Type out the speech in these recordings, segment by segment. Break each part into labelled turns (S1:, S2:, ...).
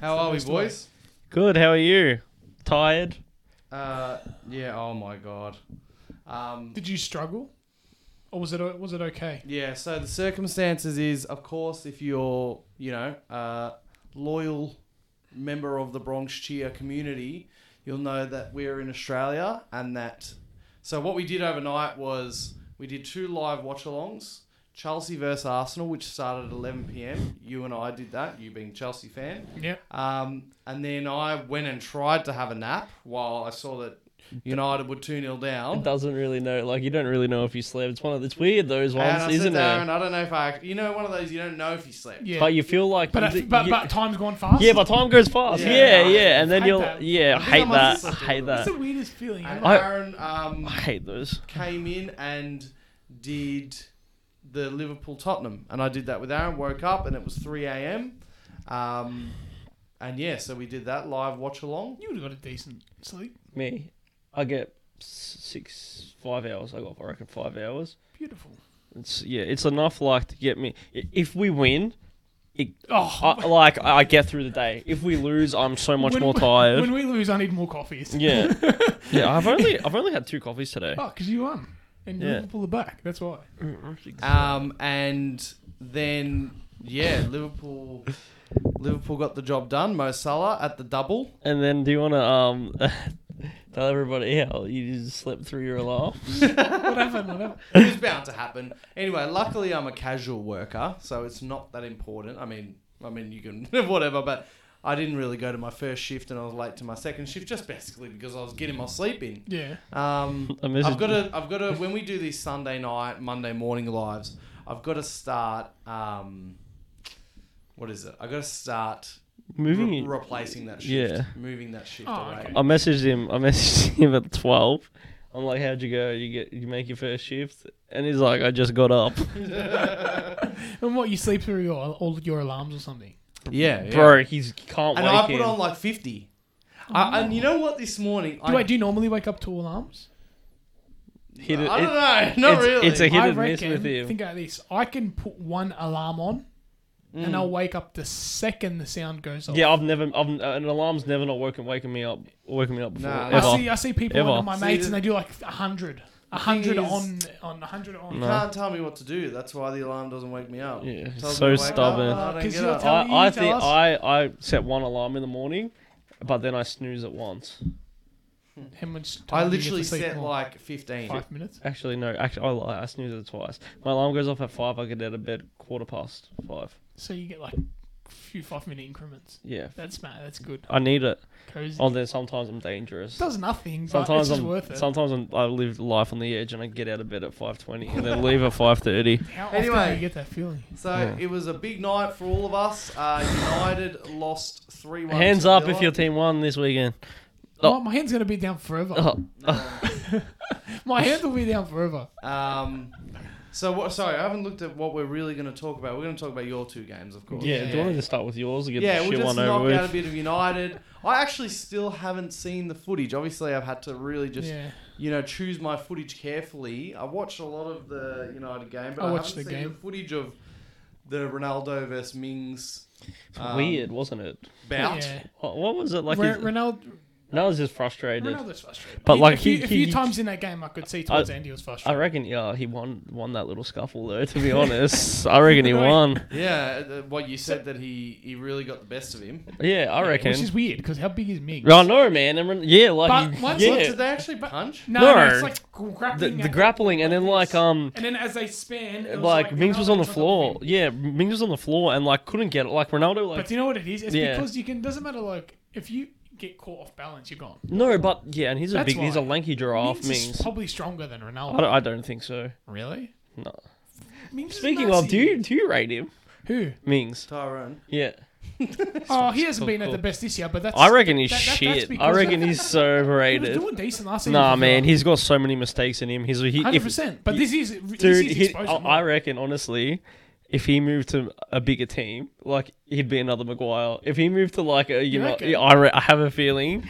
S1: How are we, boys?
S2: Good. How are you? Tired?
S1: Uh, yeah. Oh my god. Um,
S3: Did you struggle, or was it was it okay?
S1: yeah. So the circumstances is, of course, if you're, you know, uh, loyal member of the Bronx cheer community, you'll know that we're in Australia and that. So what we did overnight was we did two live watch-alongs. Chelsea versus Arsenal, which started at 11 p.m. You and I did that. You being Chelsea fan.
S3: Yep.
S1: Um, and then I went and tried to have a nap while I saw that United were 2 0 down.
S2: Doesn't really know. Like you don't really know if you slept. It's one of it's weird those
S1: And
S2: ones,
S1: I
S2: isn't
S1: said to Aaron,
S2: it?
S1: I don't know if I. act- You know, one of those you don't know if you slept.
S3: Yeah.
S2: But you feel like
S3: but,
S2: you-
S3: I- but,
S2: you-
S3: but time's gone fast.
S2: yeah, but time goes fast.
S1: Yeah,
S2: Yeah, yeah,
S1: no,
S2: and then
S3: hate
S2: you'll
S3: that.
S2: yeah, I
S1: think I
S2: hate
S1: must have slept
S2: that. I
S1: a
S2: hate
S1: little
S3: it's
S2: that.
S3: the weirdest feeling.
S1: And
S2: I-
S1: Aaron um,
S2: I hate those.
S1: came in and did the Liverpool Tottenham. And I did that with Aaron. Woke up and it was 3 a.m. Um, and yeah, so we did that live watch along.
S3: you would have got a decent sleep.
S2: Me, I get s- six, five hours. I got I reckon five hours.
S3: Beautiful.
S2: It's yeah, it's enough like to get me. i- If we win, it
S3: Oh,
S2: I, like I get through the day. If we lose, I'm so much
S3: when-
S2: more tired.
S3: When we lose, I need more coffees.
S2: yeah, yeah. I've only I've only had two coffees today. Mm,
S3: Oh, because you won, and
S2: Yeah.
S3: Liverpool are back. That's why.
S1: Um, and then, yeah, Liverpool. Liverpool got the job done. Mo Salah at the double.
S2: And then do you want to um tell everybody how you just slept through your alarm?
S3: What happened? What happened?
S1: it was bound to happen. Anyway, luckily I'm a casual worker, so it's not that important. I mean, I mean you can whatever, but I didn't really go to my first shift and I was late to my second shift just basically because I was getting my sleep in.
S3: Yeah.
S1: Um,
S2: I messaged
S1: I've got to, I've got to. When we do these Sunday night, Monday morning lives, I've got to start. Um, what is it? I've got to start
S2: Moving.
S1: re-
S2: it-
S1: replacing that shift,
S2: Yeah.
S1: moving that shift
S3: Oh,
S1: away.
S3: okay.
S2: I messaged him. I messaged him at twelve. I'm like, how'd you go? You get you make your first shift, and he's like, I just got up,
S3: And what you sleep through your all your alarms or something?
S1: Yeah, yeah.
S2: bro. He's can't
S1: And I
S2: wake
S1: put
S2: him.
S1: on like fifty. I, and you know what? This morning,
S3: Do I, do you normally wake up to alarms?
S2: Hit it-
S1: I
S2: it-
S1: don't know. Not
S2: it's-
S1: really.
S2: it's a- Hit
S3: I
S2: and miss
S3: reckon-
S2: with him.
S3: Think about this. I can put one alarm on, and I'll wake up the second the sound goes off.
S2: Mm. yeah, I've never. I've, an alarm's never not woken waking me up. Waking me up before.
S1: Nah.
S2: ever.
S3: I see. I see people
S2: Ever.
S3: on my
S1: See,
S3: mates, and
S1: the-
S3: they do like a hundred. A hundred
S1: is-
S3: on on a hundred on.
S1: You can't tell me what to do. That's why the alarm doesn't wake me up.
S2: Yeah,
S1: It
S2: it's
S1: tells
S2: so
S1: me to wake up,
S2: stubborn.
S1: and I don't
S3: 'Cause
S1: get
S3: you're
S1: up.
S3: tell
S2: I,
S3: you,
S2: I
S3: tell
S2: think
S3: us.
S2: I, I set one alarm in the morning, but then I snooze at once.
S3: How much
S1: I
S3: time do you get
S1: literally
S3: to sleep
S1: set
S3: for?
S1: like 15.
S3: five minutes.
S2: Actually, no. Actually, I lie. I snooze it twice. My alarm goes off at five. I get out of bed quarter past five.
S3: So you get like a few five minute increments.
S2: Yeah,
S3: That's mad. That's good.
S2: I need it.
S3: Cozy.
S2: Oh, then sometimes I'm dangerous.
S3: Does nothing, but
S2: Sometimes
S3: it's just
S2: I'm.
S3: worth it.
S2: Sometimes I'm, I live life on the edge, and I get out of bed at five twenty, and then leave at five thirty.
S3: How often
S1: Anyway.
S3: do you get that feeling?
S1: So
S2: Yeah.
S1: it was a big night for all of us. Uh, United lost 3 1.
S2: Hands up if your team won this weekend. Oh.
S3: Oh, my hand's gonna be down forever.
S2: Oh,
S3: My hand will be down forever.
S1: Um, so, what, sorry, I haven't looked at what we're really going to talk about. We're going to talk about your two games, of course.
S2: yeah, Do you want to just start with yours and get
S1: Yeah,
S2: the
S1: we'll
S2: shit
S1: just
S2: one
S1: knock
S2: over with?
S1: out a bit of United. I actually still haven't seen the footage. Obviously, I've had to really just
S3: yeah.
S1: you know, choose my footage carefully. I watched a lot of the United game, but
S3: I
S1: I,
S3: watched
S1: haven't
S3: the
S1: seen
S3: game.
S1: the footage of the Ronaldo versus Mings
S2: It's
S1: um,
S2: Weird, wasn't it?
S1: bout.
S3: Yeah.
S2: What, what was it like?
S3: Re-
S2: is-
S3: Ronaldo,
S2: No, I was just frustrated.
S3: Ronaldo's frustrated.
S2: But,
S3: He-
S2: like,
S3: a few,
S2: he-
S3: a few
S2: he-
S3: times in that game, I could see towards Andy was
S2: I
S3: frustrated.
S2: reckon, yeah, he won won that little scuffle though. To be honest, I reckon he won.
S1: Yeah, uh, what you said that he he really got the best of him.
S2: Yeah, I reckon.
S3: Which is weird because how big is Migs?
S2: I know, man. And, yeah, like
S3: But
S2: he-
S3: once-
S2: yeah,
S1: What, did they actually punch?
S3: No,
S2: No.
S3: no, it's like grappling.
S2: the, the
S3: at-
S2: grappling, and then like um,
S3: And then as they span, it was
S2: like Mings was
S3: Ronaldo
S2: on the
S3: jumped up
S2: floor.
S3: with him.
S2: Yeah, Mings was on the floor and like couldn't get it. Like Ronaldo,
S3: But
S2: like
S3: do you know what it is? It's
S2: Yeah.
S3: because you can. Doesn't matter. Like if you get caught off balance, you're gone.
S2: no, but yeah, and he's a
S3: That's
S2: big, he's a
S3: why.
S2: lanky giraffe.
S3: Mings is
S2: Mings,
S3: probably stronger than
S2: I
S3: Ronaldo.
S2: don't, I don't think so.
S3: Really?
S2: No.
S3: Mings is
S2: Speaking of,
S3: massive.
S2: do you do you rate him,
S3: who?
S2: Mings?
S1: Tyrone.
S2: Yeah,
S3: Oh, he hasn't
S2: cool,
S3: been at
S2: cool.
S3: the best this year, but that's
S2: I reckon he's
S3: that- that- that's
S2: shit. I
S3: because-
S2: reckon he's so
S3: he was
S2: overrated.
S3: doing decent last season.
S2: Nah, man, he's got so many mistakes in him. He's he,
S3: hundred
S2: if,
S3: percent. But this is this
S2: dude.
S3: is
S2: He, I,
S3: exposure.
S2: I reckon honestly, if he moved to a bigger team, like he'd be another Maguire. If he moved to like a you,
S3: You
S2: know,
S3: reckon?
S2: yeah, I, re- I have a feeling.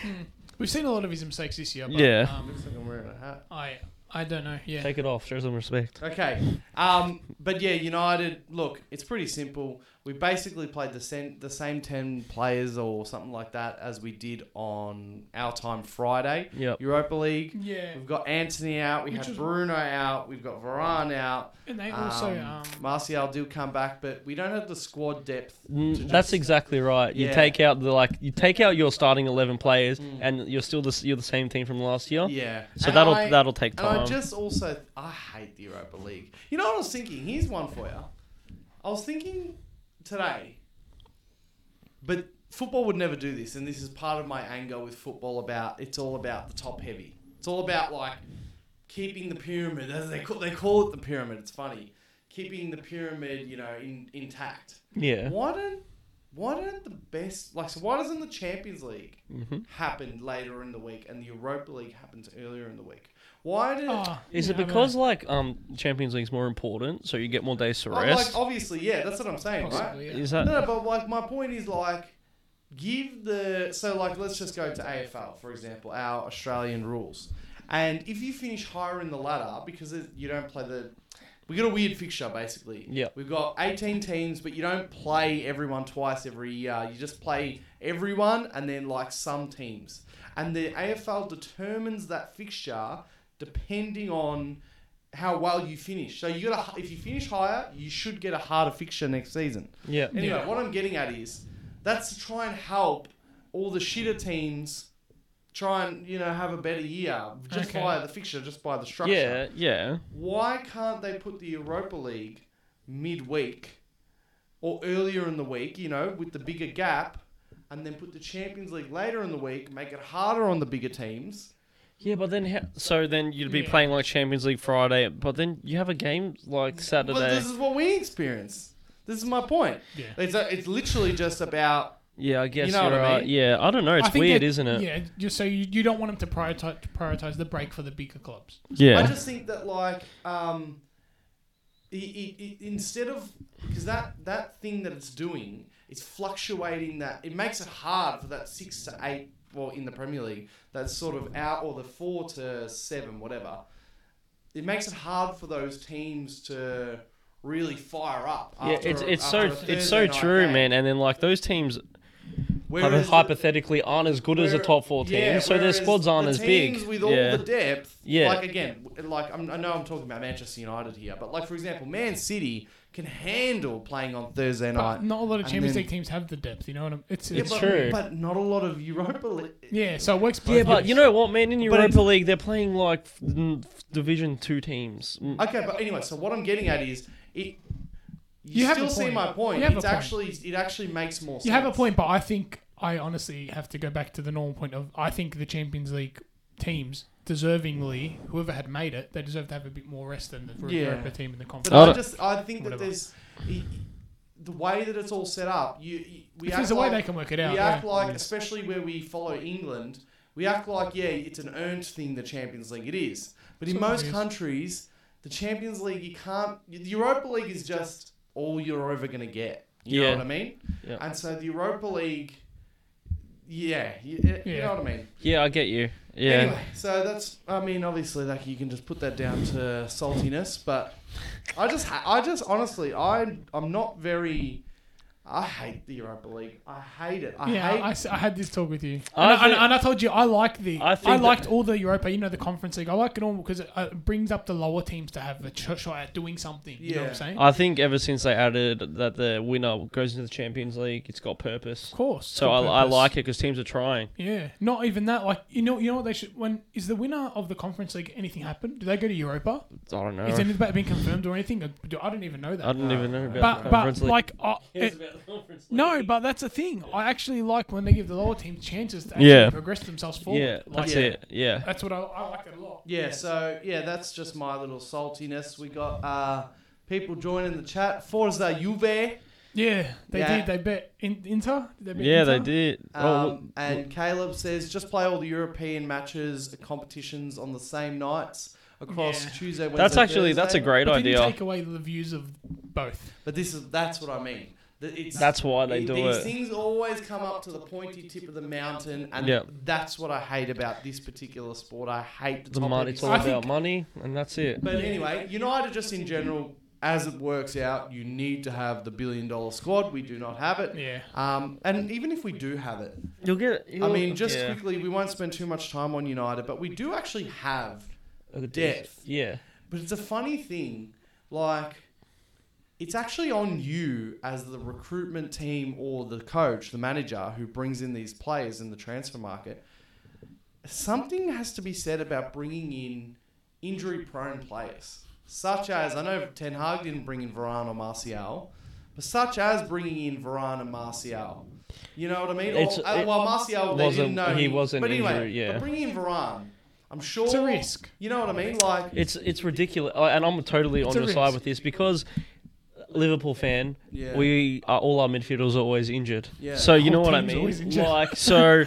S3: We've seen a lot of his mistakes this year. But,
S2: Yeah.
S3: Um,
S1: Looks like I'm wearing a hat.
S3: I I don't know. Yeah.
S2: Take it off. Show some respect.
S1: Okay, um, but yeah, United. Look, it's pretty simple. we basically played the sen- the same ten players or something like that as we did on our time Friday
S2: Yep.
S1: Europa League.
S3: Yeah,
S1: We've got Anthony out. We
S3: Which
S1: had
S3: is-
S1: Bruno out. We've got Varane out.
S3: and they also um,
S1: Martial do come back, but we don't have the squad depth. to
S2: Mm, that's
S1: just-
S2: exactly right. You
S1: Yeah.
S2: take out the like, you take out your starting eleven players,
S1: Mm.
S2: and you're still the s- you're the same team from last year.
S1: Yeah.
S2: So
S1: And
S2: that'll
S1: I-
S2: that'll take
S1: And I
S2: time.
S1: just also I hate the Europa League. You know what I was thinking? Here's one for you. I was thinking today, but football would never do this, and this is part of my anger with football about it's all about the top heavy. It's all about like keeping the pyramid as they call they call it the pyramid. It's funny. Keeping the pyramid, you know, in, intact.
S2: yeah.
S1: Why don't why don't the best like so why doesn't the Champions League
S2: Mm-hmm.
S1: happen later in the week and the Europa League happens earlier in the week? Why did
S3: oh,
S2: Is
S3: yeah,
S2: it
S3: I don't
S2: because
S3: know.
S2: like um Champions League's more important, so you get more days to
S1: Oh,
S2: rest?
S1: Like, obviously, yeah, that's what I'm saying, right?
S3: Possibly, yeah.
S2: Is
S1: No,
S2: that
S1: no, but like my point is like, give the so like let's just go to AFL for example, our Australian rules, and if you finish higher in the ladder because it- you don't play the, we got a weird fixture basically.
S2: Yeah.
S1: we've got 18 teams, but you don't play everyone twice every year. You just play everyone and then like some teams, and the AFL determines that fixture depending on how well you finish. So you got to if you finish higher, you should get a harder fixture next season.
S2: yeah?
S1: Anyway,
S3: Yeah.
S1: what I'm getting at is that's to try and help all the shitter teams try and you know have a better year just
S3: Okay.
S1: by the fixture, just by the structure.
S2: Yeah, yeah.
S1: Why can't they put the Europa League midweek or earlier in the week? You know, with the bigger gap. And then put the Champions League later in the week, make it harder on the bigger teams.
S2: Yeah, but then ha- so then you'd be
S3: Yeah.
S2: playing like Champions League Friday, but then you have a game like Saturday.
S1: But this is what we experience. This is my point.
S3: Yeah.
S1: It's, a, it's literally just about
S2: yeah, I guess
S1: know
S2: you're
S1: what I
S2: right.
S1: mean?
S2: Yeah, I don't know.
S3: I
S2: It's
S3: think
S2: weird,
S3: that-
S2: isn't it?
S3: Yeah, just so you, you don't want them to prioritize to prioritize the break for the bigger clubs.
S2: Yeah.
S1: I just think that like um, i i i instead of because that that thing that it's doing is fluctuating that it makes it hard for that six to eight well in the Premier League that sort of out or the four to seven whatever it makes it hard for those teams to really fire up
S2: yeah,
S1: after
S2: it's
S1: a-
S2: it's so
S1: after a
S2: it's
S1: Thursday
S2: so
S1: night
S2: true,
S1: game.
S2: man. And then like those teams
S1: Whereas the-
S2: hypothetically aren't as good as the
S1: Where-
S2: top four teams,
S1: yeah,
S2: so their
S1: whereas
S2: squads
S1: the
S2: aren't as big.
S1: teams With all
S2: yeah.
S1: the depth,
S2: Yeah.
S1: Like again, w- like I'm, I know I'm talking about Manchester United here, but like for example, Man City can handle playing on Thursday
S3: But
S1: night.
S3: not a lot of
S1: And
S3: Champions
S1: then-
S3: League teams have the depth. You know what I'm? It's,
S1: Yeah,
S3: it's
S1: but,
S2: true.
S1: but not a lot of Europa League.
S3: yeah, so it works. Both
S2: yeah, but
S3: ways.
S2: you know what, man? In Europa
S1: it's-
S2: League, they're playing like f- n- f- Division Two teams. Mm.
S1: Okay, but anyway, so what I'm getting at is it. You,
S3: You have
S1: still
S3: a
S1: see
S3: point.
S1: my point.
S3: You have a
S1: It's
S3: point.
S1: actually it actually makes more. sense.
S3: You have a point, but I think I honestly have to go back to the normal point of I think the Champions League teams deservingly, whoever had made it, they deserve to have a bit more rest than the
S1: Yeah.
S3: Europa team in the
S1: But
S3: conference.
S2: I
S1: I,
S2: don't-
S1: just I think that
S3: Whatever.
S1: there's i- the way that it's all set up. You, you we
S3: if
S1: act
S3: there's a way
S1: like-
S3: they can work it out,
S1: we
S3: yeah.
S1: act like, especially where we follow England, we act like, yeah, it's an earned thing, the Champions League. It is. But in
S3: Sort of
S1: most
S3: is.
S1: countries, the Champions League, you can't, the Europa League is just all you're ever going to get. You
S2: Yeah.
S1: know what I mean?
S2: Yeah.
S1: And so the Europa League, yeah, you, you
S3: Yeah.
S1: know what I mean?
S2: Yeah, I get you. Yeah.
S1: Anyway, so that's, I mean, obviously, like, you can just put that down to saltiness, but I just, ha- I just, honestly, I, I'm not very. I hate the Europa League. I hate it. I
S3: yeah,
S1: hate
S3: I, s- I had this talk with you, and
S2: I
S3: I, and,
S2: think-
S3: and I told you I like the
S2: I
S3: I,
S2: think
S3: liked all the Europa, you know, the Conference League. I like it all because it, uh, brings up the lower teams to have a ch- shot at doing something. You know what
S1: Yeah.
S3: I'm saying?
S2: I think ever since they added that the winner goes into the Champions League, it's got purpose.
S3: of course.
S2: So I, I like it because teams are trying.
S3: Yeah, not even that. Like you know, you know what they should. When is the winner of the Conference League? Anything happen? Do they go to Europa?
S2: I don't know.
S3: Is any of that been confirmed or anything? I I don't even know
S2: I
S3: that.
S2: don't even know about
S3: But
S2: the
S3: but
S2: Conference League.
S3: like I it- no, but that's the thing. I actually like when they give the lower teams chances to actually
S2: Yeah.
S3: progress themselves forward.
S2: yeah,
S3: Like,
S2: that's
S1: Yeah.
S2: it. Yeah.
S3: That's what I, I like it a lot.
S1: Yeah, so yeah, that's just my little saltiness. We got uh, people joining the chat. Forza Juve
S3: Yeah, they
S1: Yeah.
S3: did. They bet in, Inter. Did they bet
S2: Yeah,
S3: Inter?
S2: they did.
S1: um,
S2: oh, look,
S1: and Caleb says just play all the European matches, competitions on the same nights across
S3: Yeah.
S1: Tuesday, Wednesday.
S2: that's actually that's a
S1: Thursday.
S2: great
S3: But didn't
S2: idea.
S3: take away the views of both.
S1: But this is that's what I mean. That It's,
S2: That's why they
S1: it-
S2: do
S1: these
S2: it.
S1: things always come up to the pointy tip of the mountain, and
S2: Yeah.
S1: that's what I hate about this particular sport. I hate the,
S2: the
S1: top
S2: money,
S1: heavy
S2: it's all
S3: I
S1: stuff.
S2: about
S3: think-
S2: money, and that's it.
S1: But anyway, United just in general as it works out, you need to have the billion dollar squad. We do not have it.
S3: Yeah.
S1: Um, and even if we do have it,
S2: You'll get. You'll,
S1: I mean, just
S2: yeah.
S1: quickly, we won't spend too much time on United, but we do actually have
S2: A good
S1: depth.
S2: Yeah.
S1: But it's a funny thing. Like, it's actually on you as the recruitment team or the coach, the manager who brings in these players in the transfer market. Something has to be said about bringing in injury prone players, such as I know Ten Hag didn't bring in Varane or Martial, but such as bringing in Varane and Martial. You know what I mean? Or-
S2: It's-
S1: uh,
S2: it
S1: well, Martial, they
S2: wasn't-
S1: didn't know
S2: he wasn't
S1: But anyway,
S2: injury, yeah.
S1: but bringing in Varane, I'm sure
S3: It's a risk.
S1: You know what I mean? Like,
S2: It's it's ridiculous, I- and I'm totally on
S3: It's a
S2: your side
S3: risk.
S2: with this because Liverpool fan.
S1: Yeah.
S2: We are all our midfielders are always injured.
S1: Yeah.
S2: So you know
S3: Whole
S2: what I
S3: team's always
S2: mean.
S3: injured.
S2: Like so,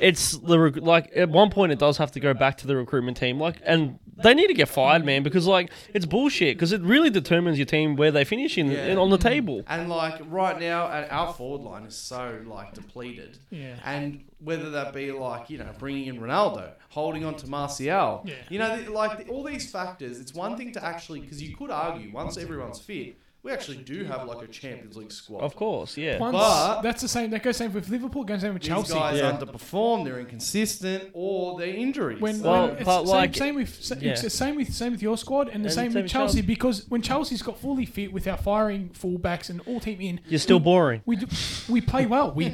S2: it's the rec- like at one point it does have to go back to the recruitment team. Like and they need to get fired, man, because like it's bullshit. Because it really determines your team where they finish in,
S1: Yeah.
S2: in- on the table.
S1: And like right now, uh, our forward line is so like depleted.
S3: Yeah.
S1: And whether that be like you know bringing in Ronaldo, holding on to Martial,
S3: Yeah.
S1: you know, th- like th- all these factors. It's one thing to actually because you could argue once everyone's fit, we actually do have like a Champions League squad.
S2: Of course, yeah.
S3: Once,
S1: But-
S3: that's the same. That goes same with Liverpool. Goes same with
S1: These
S3: Chelsea.
S1: guys
S2: Yeah.
S1: underperform, they're inconsistent, or they're injuries.
S3: When,
S2: Well,
S3: when it's
S2: but
S3: same,
S2: like-
S3: same with sa-
S2: yeah.
S3: it's the same with same with your squad and the same with Chelsea, because when Chelsea's got fully fit without firing fullbacks and all team in,
S2: You're still
S3: we,
S2: boring.
S3: we do we play well. We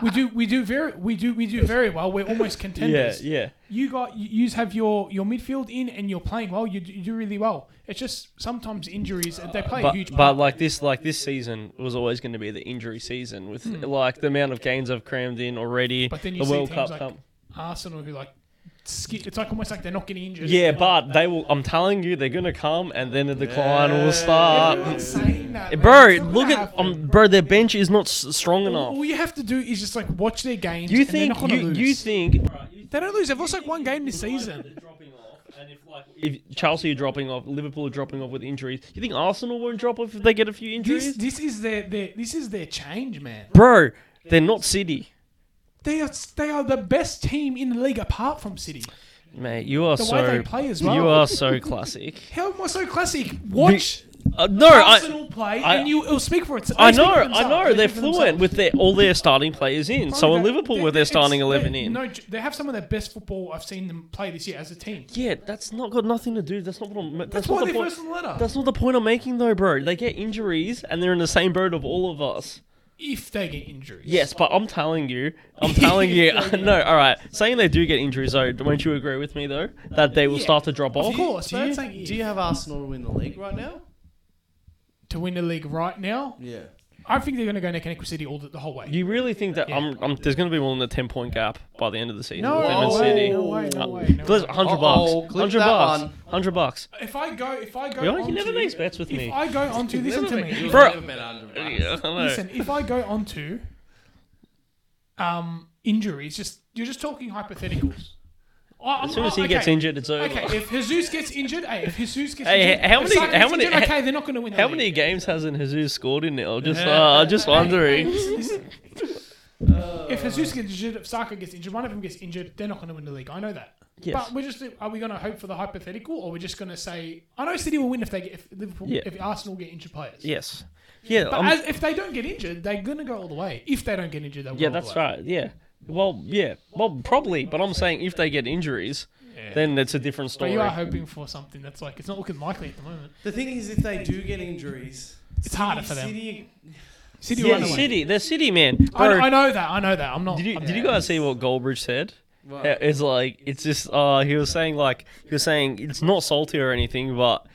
S3: we do we do very we do we do very well. We're almost
S2: Yeah,
S3: contenders.
S2: yeah.
S3: You got you you have your your midfield in and you're playing well. You do, you do really well. It's just sometimes injuries they play a
S2: but,
S3: huge
S2: but
S3: part.
S2: like this like this season was always going to be the injury season with like the amount of games I've crammed in already.
S3: Hmm. But then you
S2: the
S3: see
S2: World
S3: teams
S2: Cup
S3: like-
S2: come.
S3: Arsenal who like skip, it's like almost like they're not getting injured.
S2: Yeah, but they will. I'm telling you, they're going to come, and then the decline
S1: Yeah.
S2: will start. eh,
S3: Everyone's saying that, man.
S2: Bro,
S3: It's not
S2: look
S3: gonna
S2: at
S3: happen.
S2: um, bro. Their bench is not s- strong
S3: All,
S2: enough.
S3: all you have to do is just like watch their games.
S2: You
S3: and they're
S2: think
S3: not gonna
S2: you,
S3: lose.
S2: you think
S3: they don't lose? They've lost like one game this season.
S2: if Chelsea are dropping off, Liverpool are dropping off with injuries. You think Arsenal won't drop off if they get a few
S3: This
S2: injuries?
S3: this is their, their this is their change, man.
S2: Bro, they're not City.
S3: They are they are the best team in the league apart from City.
S2: Mate, you are
S3: The
S2: so
S3: way they play as well.
S2: you are so classic.
S3: How am I so classic? Watch
S2: Uh, no,
S3: Arsenal
S2: I,
S3: play,
S2: I-
S3: and you it'll speak for it.
S2: I
S3: they speak
S2: know,
S3: for
S2: I
S3: themselves.
S2: know. They're
S3: speak for
S2: fluent
S3: themselves.
S2: with their all their starting players in. So in
S3: They-
S2: Liverpool,
S3: they-
S2: with their
S3: it's-
S2: starting
S3: they-
S2: eleven in.
S3: No, they have some of the best football I've seen them play this year as a team.
S2: Yeah, that's not got nothing to do. That's not what I'm. That's,
S3: That's
S2: not
S3: why
S2: the
S3: they're
S2: point.
S3: first in the ladder.
S2: That's not the point I'm making, though, bro. They get injuries, and they're in the same boat of all of us.
S3: If they get injuries,
S2: Yes, but I'm telling you, I'm telling you. no, all right. Saying they do get injuries, though, won't you agree with me though that they will
S3: Yeah.
S2: start to drop
S3: of
S2: off?
S3: course.
S1: do
S3: but
S1: you,
S3: it's like
S1: do you have Arsenal to win the league right now?
S3: to win the league right now,
S1: Yeah.
S3: I think they're going to go neck and neck with City all the, the whole way.
S2: You really think that I'm, I'm, there's going to be more than a ten point gap by the end of the season?
S3: No,
S2: with them and
S1: Oh.
S2: City.
S3: no way, no
S2: Uh,
S3: way, no
S2: Listen,
S3: way.
S2: 100
S1: Uh-oh,
S2: bucks.
S1: clip
S2: 100
S1: that
S2: bucks.
S1: one.
S2: 100 bucks.
S3: If I go, if I go,
S2: You know, he
S3: onto-
S2: never makes bets with
S3: if
S2: me.
S3: I go onto, listen to me,
S2: Bro.
S1: Never been under-
S2: Yeah, I know.
S3: listen. If I go onto, um, injuries, just you're just talking hypotheticals. I,
S2: as soon as he gets injured, it's over.
S3: Okay, if Jesus gets injured, hey, if Jesus gets
S2: Hey,
S3: injured, if
S2: how many-
S3: Saka
S2: how
S3: gets
S2: many-
S3: Injured, okay, they're not going to win. the
S2: How
S3: league.
S2: many games hasn't Jesus scored in now? Just,
S1: Yeah.
S2: uh, just wondering.
S3: If Jesus gets injured, if Saka gets injured, one of them gets injured, they're not going to win the league. I know that.
S2: Yes.
S3: But we're just are we going to hope for the hypothetical, or we're just going to say I know City will win if they get if Liverpool
S2: Yeah.
S3: if Arsenal get injured players.
S2: Yes. Yeah.
S3: But
S2: I'm-
S3: as, if they don't get injured, they're going to go all the way. If they don't get injured, they'll go
S2: yeah,
S3: all
S2: that's
S3: the way.
S2: right. Yeah. Well, yeah. Well, probably. But I'm saying if they get injuries, then it's a different
S3: But
S2: story.
S3: you are hoping for something that's like it's not looking likely at the moment.
S1: The thing is, if they do get injuries,
S3: It's harder for them.
S1: City,
S3: City will
S2: Yeah,
S3: run away.
S2: City. They're City, man.
S3: I,
S2: Bro,
S3: I know that. I know that. I'm not.
S2: Did you,
S3: I'm
S2: did you guys see what Goldbridge said?
S1: What?
S2: Uh, It's like it's just uh he was saying like he was saying it's not salty or anything, but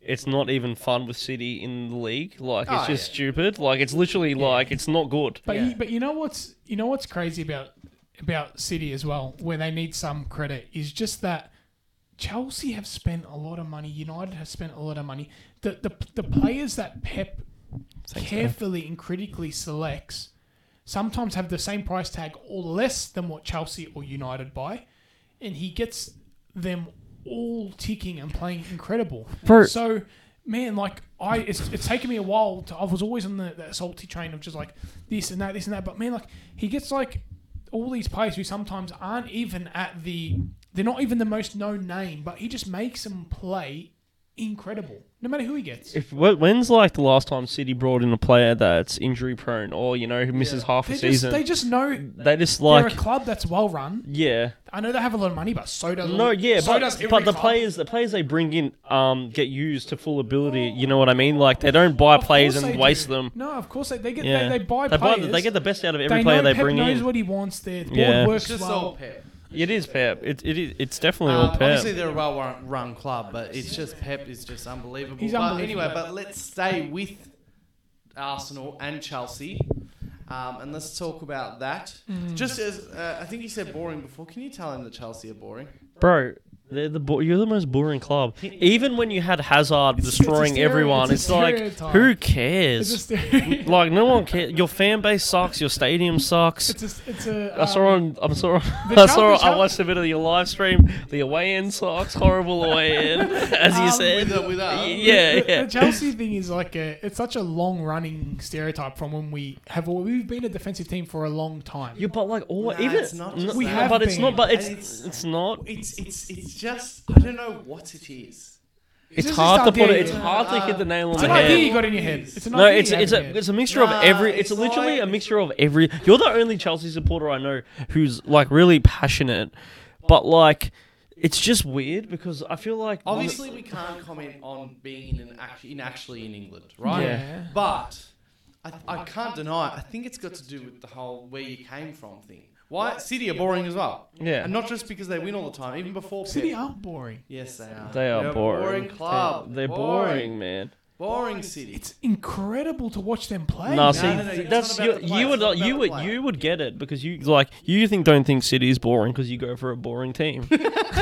S2: it's not even fun with City in the league. Like it's
S1: Oh,
S2: just
S1: yeah.
S2: stupid. Like it's literally like it's not good.
S3: But
S1: Yeah.
S3: you, but you know what's you know what's crazy about about City as well, where they need some credit, is just that Chelsea have spent a lot of money. United have spent a lot of money. The the, the players that Pep carefully and critically selects sometimes have the same price tag or less than what Chelsea or United buy, and he gets them all ticking and playing incredible.
S2: Bro.
S3: So, man, like I, it's, it's taken me a while. To, I was always on the, the salty train of just like this and that, this and that. But man, like he gets like all these players who sometimes aren't even at the, they're not even the most known name, but he just makes them play incredible. No matter who he gets,
S2: If wh- when's like the last time City brought in a player that's injury prone or you know who misses
S1: Yeah.
S2: half a
S3: they just
S2: season?
S3: they just know
S2: they just
S3: they're a
S2: like
S3: club that's well run.
S2: yeah.
S3: I know they have a lot of money, but so does
S2: No, yeah,
S3: so does
S2: but,
S3: every
S2: but the
S3: club.
S2: players the players they bring in um get used to full ability. You know what I mean? Like they don't buy
S3: Of
S2: players
S3: course
S2: and
S3: they
S2: waste
S3: do.
S2: them.
S3: No, of course they they get
S2: Yeah,
S3: they, they buy
S2: they,
S3: players.
S2: the- they get the best out of every
S3: They
S2: player
S3: know
S2: they
S3: Pep
S2: bring
S3: knows
S2: in.
S3: what he wants. Their board
S2: Yeah.
S3: works
S1: Just all
S3: well.
S1: Pep.
S2: It is Pep. It, it is it's definitely
S3: Uh,
S1: Um,
S2: all Pep.
S1: Obviously, they're a well-run club, but it's just Pep is just unbelievable.
S3: He's
S1: But
S3: unbelievable.
S1: anyway, but let's stay with Arsenal and Chelsea, um, and let's talk about that. Just as uh, I think you said boring before, can you tell him that Chelsea are boring?
S2: Bro, they're the bo- you're the most boring club. Even when you had Hazard
S3: It's- it's a
S2: destroying
S3: stereo-
S2: everyone,
S3: it's
S2: it's,
S3: a
S2: like
S3: stereotype.
S2: who
S3: It's
S2: cares?
S3: just it's
S2: like no one cares. Your fan base sucks. Your stadium sucks.
S3: just it's a.
S2: I saw
S3: um,
S2: on. I'm sorry.
S3: the
S2: I saw.
S3: Chelsea-
S2: I watched a bit of your live stream. The away end sucks. Horrible away end, as you
S3: Um,
S2: said.
S1: With, uh, with, uh,
S2: yeah,
S3: the,
S2: yeah.
S3: the Chelsea thing is like a, it's such a long running stereotype from when we have all, we've been a defensive team for a long time.
S2: You but like all
S1: Nah,
S2: even
S1: it's not just
S3: We
S2: no,
S3: have
S2: but it's
S3: been.
S2: not. But
S1: And
S2: it's
S1: it's-
S2: it's, not.
S1: It's it's it's just I don't know what it is.
S2: It's
S3: just
S2: hard to
S3: this
S2: put it.
S3: idea,
S2: It's
S3: yeah.
S2: hard to hit
S1: uh,
S2: the nail on
S3: it's
S2: the
S3: an idea you
S2: head.
S3: got in your head. It's an
S2: No,
S3: idea
S2: it's
S3: you have
S2: it's
S3: in
S2: a
S3: your
S2: it's a mixture
S1: Nah,
S2: of every. It's
S1: it's
S2: literally
S1: like-
S2: a mixture of every. You're the only Chelsea supporter I know who's like really passionate, but like, it's just weird because I feel like
S1: Obviously, we can't comment on being in, an act- in actually in England, right?
S3: Yeah.
S1: But I, I can't deny it. I think it's got to do with the whole where you came from thing. Why City are boring as well,
S2: Yeah.
S1: and not just because they win all the time. Even before Pep.
S3: City aren't boring.
S1: yes, they are.
S2: They are
S1: They're a
S2: boring.
S1: club.
S2: They're, they're boring, man.
S1: Boring City.
S3: It's incredible to watch them play. man.
S2: No, see,
S1: no, no, it's
S2: that's
S1: not
S2: you,
S1: about the player,
S2: you would
S1: it's not
S2: you
S1: about the
S2: would
S1: player.
S2: you would get it because you like you think don't think City is boring because you go for a boring team.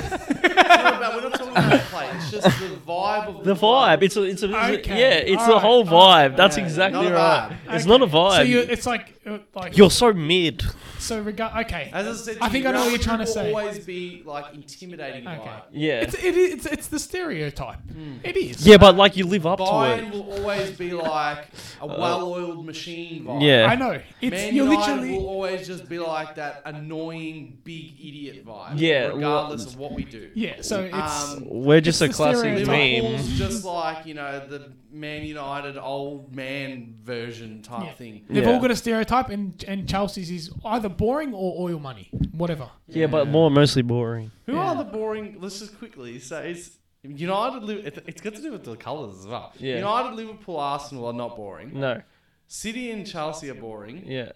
S1: It's not about- we're not talking about the play. It's just the vibe of
S2: the vibe, it's a, it's a, it's a-
S3: Okay,
S2: yeah, it's the
S3: alright,
S2: whole
S3: alright,
S2: vibe. That's
S1: alright.
S2: exactly
S1: Not a
S2: right.
S1: vibe.
S2: It's not a vibe.
S3: So you,
S2: you're,
S3: it's like uh, like
S2: so mid.
S3: so regard. Okay,
S1: As I said, to
S3: I think
S1: you,
S3: I know what
S1: Real
S3: you're trying to
S1: Madrid
S3: say.
S1: Will always be like intimidating.
S3: Okay.
S1: By.
S2: Yeah,
S3: It's, it is, it's it's the stereotype.
S1: Hmm.
S3: It is.
S2: yeah, but like you live up to
S1: Bayern
S2: it. Uh,
S1: will always be like a well-oiled machine vibe.
S2: Yeah.
S3: I know. It's
S1: Man
S3: you're
S1: United
S3: literally
S1: will always just be like that annoying big idiot vibe.
S2: Yeah,
S1: regardless of what we do.
S3: yeah. So it's
S1: Um,
S2: We're just
S3: It's
S2: a
S3: the
S2: classic
S3: stereotype.
S2: meme.
S1: Liverpool's just like you know the Man United old man version type
S3: Yeah.
S1: thing.
S3: they've
S2: yeah.
S3: all got a stereotype, and and Chelsea's is either boring or oil money, whatever.
S2: Yeah, but more mostly boring.
S1: Who
S3: Yeah.
S1: are the boring? Let's just quickly say it's United. Liv- it- It's got to do with the colours as well.
S2: Yeah.
S1: United, Liverpool, Arsenal are not boring.
S2: No,
S1: City and Chelsea are boring.
S2: yeah.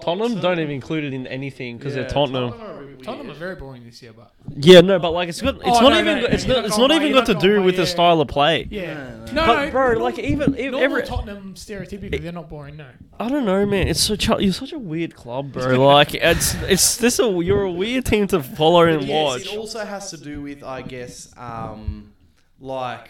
S2: Tottenham don't even include it in anything because
S1: Yeah,
S2: they're Tottenham.
S1: are a bit
S3: Tottenham are
S1: weird.
S3: very boring this year, but
S2: Yeah, no, but like it's got. It's
S3: Oh,
S2: not
S3: no,
S2: even.
S3: no,
S2: got-
S3: no,
S2: it's
S3: you're
S2: not.
S3: not
S2: It's
S3: gonna
S2: not even
S3: play,
S2: got to
S3: you're not gonna
S2: do with
S3: play,
S2: the
S3: yeah.
S2: style of play.
S1: No,
S3: yeah, no,
S1: no,
S3: no,
S2: But bro,
S3: normal-
S2: like even, ev-
S3: normal
S2: every
S3: Tottenham stereotypically they're not boring. No,
S2: I don't know, man. It's such a, you're such a weird club, bro. Like it's it's this a, you're a weird team to follow and
S1: But yes,
S2: watch.
S1: It also has to do with, I guess, um, like,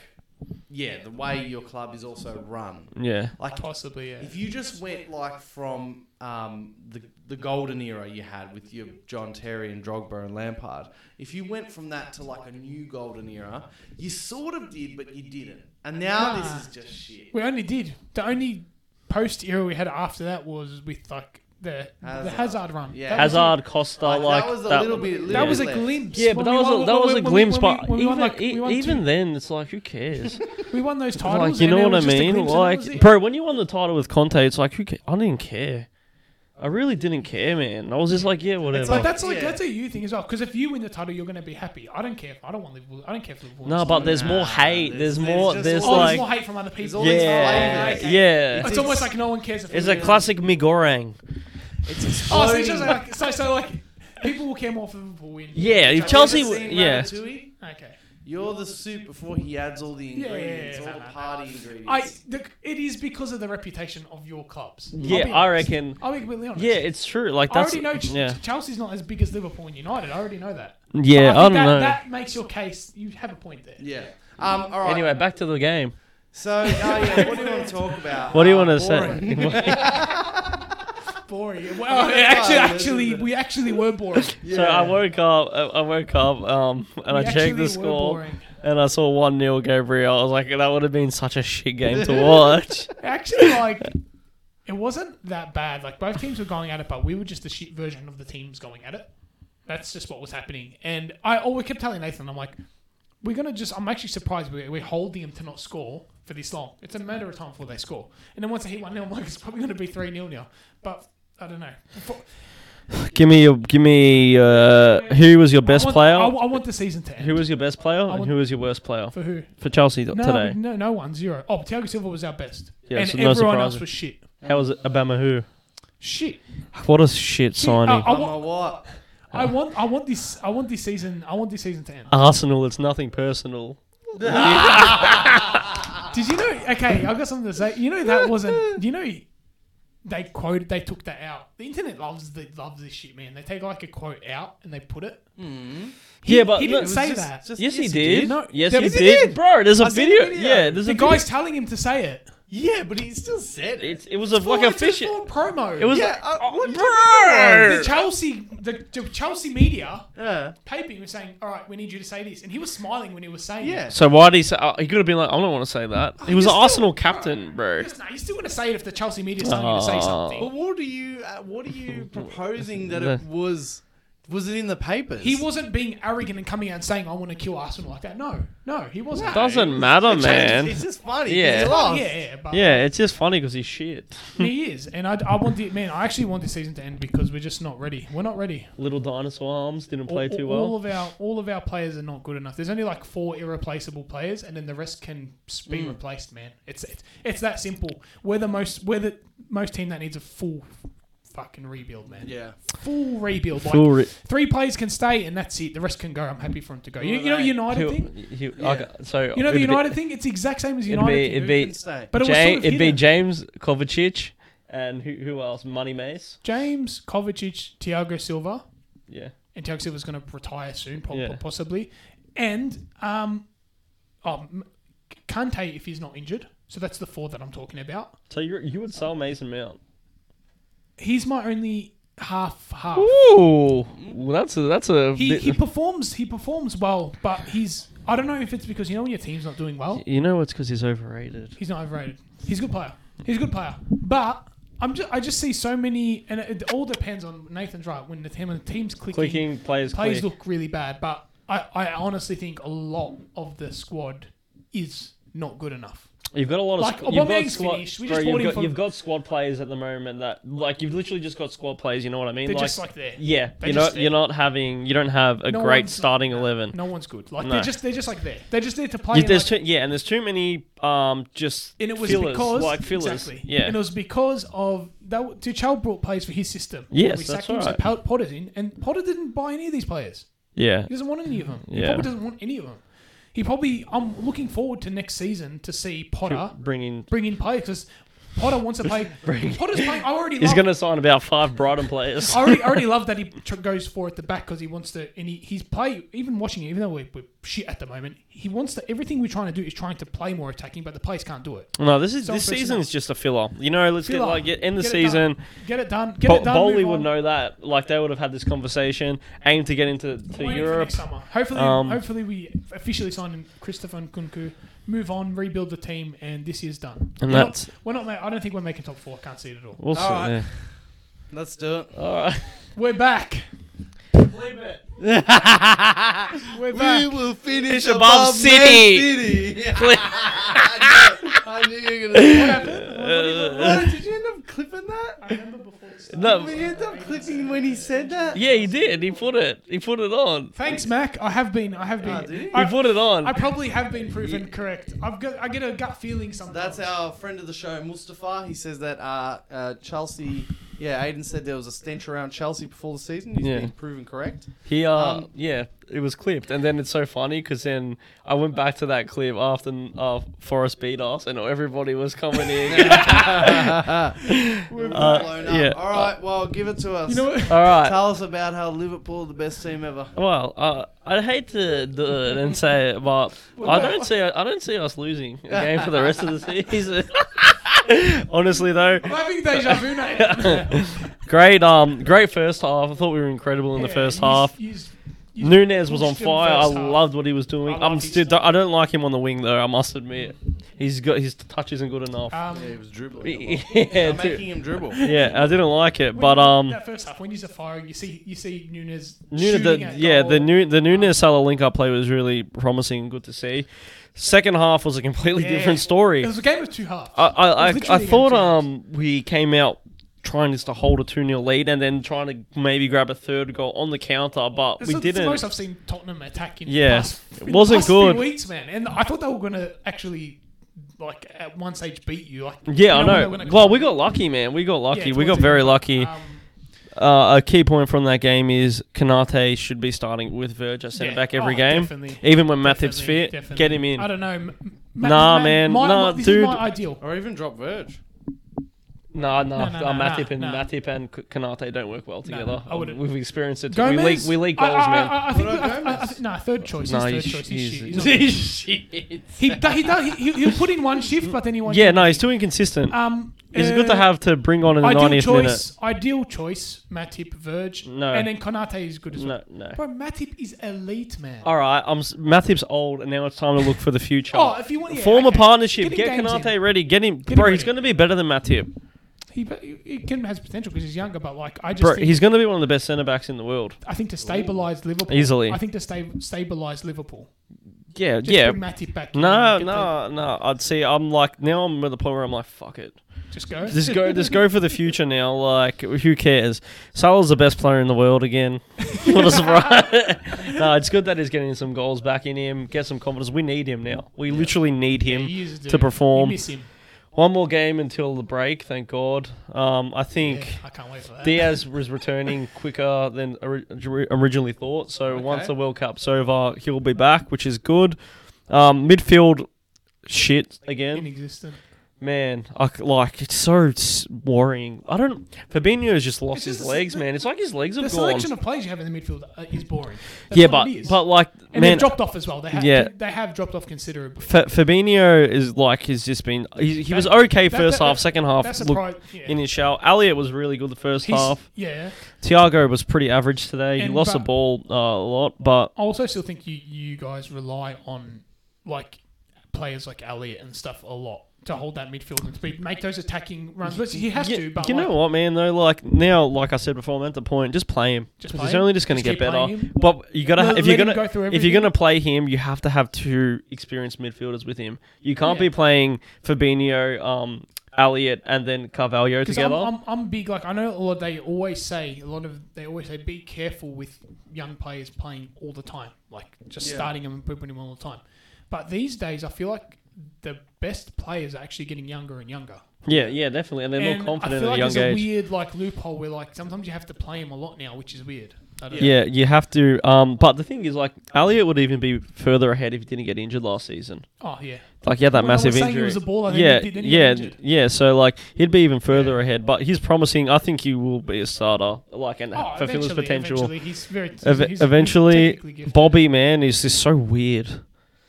S1: yeah, the way your club is also run.
S2: Yeah,
S1: Like,
S3: possibly yeah.
S1: if you just went like from um, the the golden era you had with your John Terry and Drogba and Lampard, if you went from that to like a new golden era, you sort of did, but you didn't. And now
S3: Nah.
S1: this is just shit.
S3: We only did the only post era we had after that was with like the the
S1: Hazard.
S3: Hazard run.
S1: Yeah.
S3: That was a-
S2: Hazard, Costa,
S1: Like,
S2: like,
S1: that was a little bit-
S3: That
S1: little
S3: was a
S1: Yeah.
S3: glimpse.
S2: Yeah, but
S3: When
S2: that
S3: we
S2: was
S3: won-
S2: a, that
S3: when
S2: was
S3: we-
S2: a
S3: when we-
S2: glimpse.
S3: when we-
S2: But
S3: when we won,
S2: even
S3: like, we won
S2: e-
S3: two-
S2: even then, it's like who cares?
S3: we won those titles.
S2: like you
S3: and
S2: know
S3: it
S2: what I
S3: was just a
S2: mean?
S3: glimpse and that was
S2: Like,
S3: it.
S2: bro, when you won the title with Conte, it's like who? Ca- I didn't care. I really didn't care, man. I was just like, yeah, whatever.
S3: But that's like
S1: Yeah.
S3: that's a you thing as well. Because if you win the title, you're going to be happy. I don't care. If, I don't want Liverpool. I don't care if Liverpool.
S2: no,
S3: wins.
S2: but there's
S1: Nah,
S2: more hate.
S1: there's-
S2: There's,
S1: there's
S2: more.
S1: just
S2: There's
S1: all
S3: oh,
S1: this
S2: like,
S3: there's more hate from other people.
S1: all this
S2: yeah,
S1: flavor.
S2: yeah.
S3: It's,
S1: It's
S3: almost
S1: ex-
S3: like no one cares if.
S2: It's
S3: we
S2: a
S3: win.
S2: classic Migorang.
S1: It's
S3: Oh,
S1: exploding.
S3: so, it's just like, so so like people will care more if Liverpool win.
S2: Yeah, if
S3: Have you
S2: Chelsea,
S1: Ever
S2: w-
S1: seen
S2: yeah.
S1: Ratatouille?
S3: Okay.
S1: You're the soup before he adds all the
S3: Yeah, yeah, yeah,
S1: ingredients,
S3: yeah,
S1: all the
S3: nah, nah,
S1: party ingredients.
S3: I. The, it is because of the reputation of your clubs. I'll
S2: Yeah,
S3: be
S2: I
S3: honest.
S2: reckon.
S3: I'll be completely honest.
S2: Yeah, it's true. Like
S3: I
S2: that's
S3: already know Ch-
S2: yeah,
S3: Chelsea's not as big as Liverpool and United. I already know that.
S2: yeah. I,
S3: think
S2: don't
S3: that,
S2: know.
S3: That makes your case. You have a point there.
S1: yeah. Um, all right.
S2: Anyway, back to the game.
S1: So, oh, yeah, what do you want to talk about?
S2: What do you
S1: Uh,
S2: want to
S1: boring.
S2: say?
S3: Boring. Well, actually, actually, we actually were boring.
S2: So I woke up. I I woke up, um, and I
S3: We
S2: checked
S3: actually
S2: the
S3: were
S2: score,
S3: boring.
S2: and I saw one 0 Gabriel. I was like, that would have been such a shit game to watch.
S3: Actually, like it wasn't that bad. Like both teams were going at it, but we were just the shit version oh, of the teams going at it. That's just what was happening. And I always kept telling Nathan, I'm like, we're gonna just. I'm actually surprised we're, we're holding them to not score for this long. It's a matter of time before they score. And then once they hit one 0 I'm like, it's probably gonna be three 0 now. But I don't know. For-
S2: Give me your, give me. Uh, who was your
S3: I
S2: best
S3: want-
S2: player?
S3: I, I want the season to end.
S2: who was your best player and
S3: want-
S2: who was your worst player
S3: for who?
S2: for Chelsea
S3: No,
S2: today?
S3: no, no one zero. Oh, Thiago Silva was our best,
S2: Yeah,
S3: and
S2: so no
S3: everyone else
S2: surprises.
S3: was shit.
S2: How was it? Obama who?
S3: Shit. uh,
S2: What a shit signing.
S3: I
S1: I'm
S3: want-
S1: a what?
S3: I want, I want this, I want this season, I want this season to end.
S2: Arsenal, it's nothing personal.
S3: Did you know? Okay, I got something to say. You know that wasn't. You know, they quoted, they took that out. The internet loves the loves this shit, man. They take like a quote out and they put it.
S2: yeah, but
S3: he
S2: look-
S1: It
S3: didn't
S1: was
S3: say
S1: just-
S3: that.
S1: just-
S2: yes, he did.
S3: No,
S2: yes,
S3: there
S2: he
S3: was-
S2: did.
S3: He did.
S2: bro. There's a
S1: I seen
S2: video.
S1: the video.
S2: Yeah, there's
S3: the
S2: a video.
S3: guy's telling him to say it.
S1: Yeah, but he still said it.
S2: It's, it was a, like a
S3: It's
S2: fish.
S3: full promo.
S2: It was
S1: Yeah, uh,
S3: Oh,
S1: what
S2: bro.
S3: the Chelsea, the, the Chelsea media
S1: Yeah.
S3: paping was saying, "All right, we need you to say this," and he was smiling when he was saying,
S1: Yeah.
S3: it.
S2: So why did he say? Oh, he could have been like, I don't want to say that. He was
S3: you're
S2: an
S3: still-
S2: Arsenal captain, bro.
S3: Just, nah, you still want to say it if the Chelsea media's telling you to say
S1: But
S2: Oh.
S3: something.
S1: what are you? Uh, what are you proposing that it was? Was it in the papers?
S3: He wasn't being arrogant and coming out and saying, "I want to kill Arsenal" like that. No, no, he wasn't.
S2: Doesn't matter,
S1: It's just-
S2: man.
S1: It's just funny.
S2: Yeah.
S1: Yeah. He
S3: Oh,
S1: lost.
S3: yeah, yeah, but
S2: Yeah, it's just funny because he's shit.
S3: he is, and I, I want the man. I actually want this season to end because we're just not ready. We're not ready.
S2: Little dinosaur arms didn't
S3: All-
S2: play too
S3: all, all
S2: well.
S3: of our all of our players are not good enough. There's only like four irreplaceable players, and then the rest can s- be
S2: Mm.
S3: replaced. Man, it's, it's it's that simple. We're the most we're the most team that needs a full fucking rebuild, man.
S1: Yeah.
S3: Full rebuild. Like,
S2: Full re-
S3: three players can stay, and that's it. The rest can go. I'm happy for them to go.
S1: Who
S3: You,
S1: are
S3: you know
S1: they?
S3: United
S2: Who-
S3: thing.
S2: who-
S1: Yeah.
S2: okay, so
S3: You know the
S2: it'd be-
S3: United thing. It's the exact same as
S2: It'd
S3: United.
S2: be
S3: thing.
S2: it'd
S1: Who
S2: be
S1: can stay?
S3: but it was
S2: Ja-
S3: sort of
S2: it'd be
S3: hidden.
S2: James Kovacic and who who else? Money Mace.
S3: James Kovacic, Thiago Silva,
S2: Yeah.
S3: and Thiago Silva's going to retire soon, po-
S2: Yeah.
S3: possibly, and um, um, Kante if he's not injured. So that's the four that I'm talking about.
S2: So you you would sell Mason Mount.
S3: He's my only half half.
S2: Ooh, well, that's a that's a.
S3: He,
S2: bit-
S3: he performs he performs well, but he's I don't know if it's because you know when your team's not doing well.
S2: you know it's because he's overrated.
S3: He's not overrated. He's a good player. He's a good player. But I'm just, I just see so many, and it, it all depends on Nathan's right. When the team, when the team's clicking,
S2: Clicking players,
S3: plays
S2: click.
S3: look really bad. But I, I honestly think a lot of the squad is not good enough.
S2: You've got a lot of
S3: Like,
S2: squ- you've got
S3: Aubameyang's
S2: squad,
S3: finished. We
S2: bro,
S3: just bought
S2: you've,
S3: him
S2: got,
S3: from-
S2: you've got squad players at the moment that like you've literally just got squad players. You know what I mean?
S3: They're
S2: like,
S3: just like there.
S2: yeah,
S3: They're just
S2: you're not
S3: there.
S2: you're not having you don't have a
S3: No
S2: great
S3: one's-
S2: starting eleven.
S3: No one's good. Like
S2: No.
S3: they're just they're just like there. They're just there to play.
S2: You-
S3: and,
S2: there's
S3: like-
S2: too, yeah, and there's too many um just
S3: and it was
S2: fillers,
S3: because
S2: like fillers.
S3: exactly.
S2: Yeah,
S3: and it was because of that. Tuchel brought players for his system.
S2: Yes,
S3: we sacked
S2: that's
S3: him, so
S2: right.
S3: Pal- Potter's in, and Potter didn't buy any of these players.
S2: yeah.
S3: He doesn't want any of them. He
S2: Yeah.
S3: probably doesn't want any of them. He probably. I'm looking forward to next season to see Potter
S2: Bringing
S3: bring in players because Potter wants to play. Potter's playing. I already.
S2: he's
S3: love,
S2: gonna sign about five Brighton players.
S3: I already, I already love that he tr- goes for at the back because he wants to, and he, he's play. Even watching it, even though we're, we're shit at the moment, he wants to. Everything we're trying to do is trying to play more attacking, but the players can't do it.
S2: No, this is
S3: Some
S2: this
S3: personnel.
S2: season is just a filler. You know, let's
S3: Filler.
S2: get like get, end the
S3: Get it
S2: season.
S3: done. Get it done. Get
S2: Bo-
S3: it done. move
S2: Bowley would
S3: on.
S2: know that. Like they would have had this conversation. Aim to get into to
S3: Waiting for
S2: Europe.
S3: next summer. Hopefully,
S2: Um,
S3: hopefully we officially sign in Christopher and Kunku, move on, rebuild the team, and this year's done.
S2: And
S3: we're
S2: that's-
S3: not, we're not. ma- I don't think we're making top four. Can't see it at all.
S2: We'll
S1: All right.
S2: see.
S1: Let's do it.
S2: yeah. All right.
S3: We're back. We're
S1: We
S3: back.
S1: will finish
S2: above
S1: above,
S2: City.
S1: Man City. I knew- I knew you were gonna. Why did you end up clipping that?
S2: No.
S1: Did you end up clipping when he said that?
S2: Um, Yeah, he did. He put it. He put it on.
S3: Thanks, Mac. I have been. I have been.
S1: Ah, did you?
S2: He
S3: I,
S2: put it
S3: I
S2: on.
S3: probably have been proven correct. I've got. I get a gut feeling sometimes.
S1: That's our friend of the show, Mustafa. He says that uh, uh, Chelsea. Yeah, Aiden said there was a stench around Chelsea before the season. He's
S2: Yeah.
S1: been proven correct.
S2: He uh
S1: Um,
S2: yeah, it was clipped, and then it's so funny because then I went back to that clip after uh, Forrest beat us, and everybody was commenting.
S1: We've
S2: Uh,
S1: blown up.
S2: yeah.
S1: All right, well, give it to us.
S3: You know what?
S2: All right.
S1: Tell us about how Liverpool are the best team ever.
S2: Well, uh, I hate to do it and say it, but I don't see I don't see us losing a game for the rest of the season. Honestly, though,
S3: I'm having deja vu now.
S2: great um great first half. I thought we were incredible in the first half.
S3: You've you
S2: Nunez was on
S3: pushed him
S2: fire. I
S3: first half.
S2: loved what he was doing.
S3: I
S2: I'm
S3: love his
S2: still.
S3: stuff.
S2: I don't like him on the wing though. I must admit, he's got his touch isn't good enough.
S3: Um,
S1: Yeah, he was dribbling. a lot.
S2: yeah,
S1: I'm
S2: dude.
S1: making him dribble.
S2: yeah, I didn't like it,
S3: when
S2: but
S3: you-
S2: um,
S3: that first half when he's a fire, you see you see Nunez.
S2: Nunez,
S3: shooting
S2: the,
S3: at
S2: yeah,
S3: goal.
S2: the new the Nunez Salah link up play was really promising and good to see. Second half was a completely
S3: Yeah.
S2: different story. Uh,
S3: It was a game of two halves.
S2: I I, I,
S3: It was
S2: I
S3: literally
S2: thought
S3: empty.
S2: um we came out trying just to hold a 2 0 lead and then trying to maybe grab a third goal on the counter, but
S3: It's
S2: we
S3: the- It's the
S2: didn't.
S3: most I've seen Tottenham attack in
S2: Yeah.
S3: the past,
S2: It
S3: in the
S2: wasn't
S3: past few
S2: good.
S3: weeks, man. And I thought they were gonna actually like at one stage beat you. Like
S2: Yeah,
S3: you
S2: I
S3: when they
S2: know.
S3: win a
S2: Well,
S3: cup.
S2: we got lucky, man. We got lucky.
S3: Yeah,
S2: we got
S3: towards the
S2: very
S3: end.
S2: lucky.
S3: Um,
S2: Uh, a key point from that game is Kanate should be starting with Verge centre
S3: Yeah.
S2: back every
S3: Oh,
S2: game,
S3: definitely.
S2: even when Matip's
S3: definitely,
S2: fit.
S3: Um, definitely.
S2: Get him in.
S3: I don't know. M- M-
S2: Nah,
S3: this-
S2: man,
S3: My,
S2: nah,
S3: my, this
S2: dude.
S3: Is my ideal.
S1: Or even drop Verge.
S2: No, no,
S3: no,
S2: uh,
S3: no,
S2: Matip
S3: no,
S2: and
S3: no.
S2: Matip and K- Kanate don't work well
S3: No, no,
S2: together.
S3: I wouldn't.
S2: We've experienced it. We leak,
S3: Gomez.
S2: we leak
S3: I-
S2: goals,
S3: I,
S2: man.
S3: I, I, think.
S1: What
S3: I,
S1: about
S3: I, I,
S1: Gomez?
S3: think- nah, third choice.
S2: No,
S3: he's
S2: he's-
S3: third choice. He's,
S2: he's-
S3: shit. He's not- he, do- he, do- he, he'll put in one shift, but then he won't.
S2: yeah,
S3: get
S2: no,
S3: it.
S2: he's too inconsistent.
S3: Um,
S2: He's good to
S3: uh,
S2: have to bring on in the
S3: Ideal
S2: ninetieth minute.
S3: choice. Ideal choice. Matip, Verge,
S2: No.
S3: and then Konate is good as well.
S2: No, Uh, no.
S3: Bro, Matip is elite, man.
S2: All right, I'm s- Matip's old, and now it's time to look for the future.
S3: Oh, if you want, yeah,
S2: Form a
S3: okay.
S2: partnership.
S3: him
S2: Get
S3: games
S2: Kanate
S3: in.
S2: ready. Get him,
S3: Get him
S2: bro. He's
S3: ready.
S2: going to be better than Matip,
S3: He, but he, he can has potential because he's younger. But like, I just
S2: bro.
S3: think,
S2: He's going to be one of the best centre backs in the world.
S3: I think to stabilize Liverpool
S2: Easily.
S3: I think to sta- stabilize Liverpool.
S2: Yeah,
S3: Just
S2: yeah.
S3: bring Matip back. in
S2: No,
S3: and get
S2: no, no. I'd see. I'm like now. I'm at the point where I'm like, fuck it.
S3: the- just go.
S2: Just go, just go for the future now. Like, who cares? Salah's the best player in the world again. what a surprise! no, it's good that he's getting some goals back in him. Get some confidence. We need him now. We literally need him.
S3: He is a
S2: to
S3: dude.
S2: perform.
S3: You miss him.
S2: One more game until the break. Thank God. Um, I think.
S3: Yeah, I can't wait for that.
S2: Diaz was returning quicker than ori- originally thought. So
S1: Okay.
S2: once the World Cup's over, he'll be back, which is good. Um, midfield, shit again.
S3: Inexistent.
S2: Man, I, c- like it's so s- worrying. I don't. Fabinho's just lost
S3: It's
S2: his
S3: just the-
S2: legs, man. It's like his legs
S3: The
S2: have gone.
S3: selection of players you have in the midfield uh, is boring. That's
S2: Yeah,
S3: what
S2: but
S3: it is.
S2: but like
S3: and
S2: man,
S3: they've dropped off as well. They have,
S2: Yeah.
S3: they have dropped off considerably.
S2: Fa- Fabinho is like he's just been. He, he was okay
S3: that-
S2: first
S3: that-
S2: half, second half
S3: That's a
S2: looked
S3: pri- yeah.
S2: in his shell. Elliot was really good the first
S3: He's-
S2: half.
S3: Yeah.
S2: Thiago was pretty average today. He
S3: And
S2: lost
S3: but-
S2: the ball uh, a lot, but
S3: I also still think you, you guys rely on like players like Elliot and stuff a lot to hold that midfield and speed, make those attacking runs. Which he has
S2: Yeah,
S3: to, but
S2: you
S3: like,
S2: know what, man? Though, like now, like I said before, I'm at the point. Just play him.
S3: Just
S2: 'Cause
S3: play
S2: he's
S3: him.
S2: only just going to
S3: Just
S2: get
S3: keep playing
S2: better.
S3: him.
S2: But you gotta
S3: Let-
S2: if you're
S3: let him go
S2: gonna
S3: through
S2: if you're
S3: everything.
S2: gonna play him, you have to have two experienced midfielders with him. You can't
S3: Yeah.
S2: be playing Fabinho, um, Elliot, and then Carvalho
S3: Because
S2: together.
S3: I'm, I'm, I'm big. Like I know a lot. They always say a lot of. They always say be careful with young players playing all the time. Like just
S1: Yeah.
S3: starting them and putting them all the time. But these days, I feel like the best players are actually getting younger and younger.
S2: yeah, yeah, definitely, and they're
S3: and
S2: more confident
S3: I feel
S2: at
S3: like
S2: a young
S3: there's a
S2: age.
S3: weird like loophole where like sometimes you have to play them a lot now, which is weird. I don't know.
S2: yeah, you have to. Um, but the thing is, like Elliot would even be further ahead if he didn't get injured last season.
S3: Oh yeah.
S2: Like he had that
S3: Well, I was
S2: massive
S3: saying
S2: injury.
S3: he was a baller, then
S2: yeah,
S3: he did- then he got
S2: yeah,
S3: injured.
S2: yeah. So like he'd be even further ahead, but he's promising. I think he will be a starter, like and
S3: Oh,
S2: fulfill his
S3: eventually,
S2: potential.
S3: Eventually, he's very. he's-
S2: Ev-
S3: he's-
S2: eventually,
S3: he's technically gifted.
S2: Bobby man is just so weird.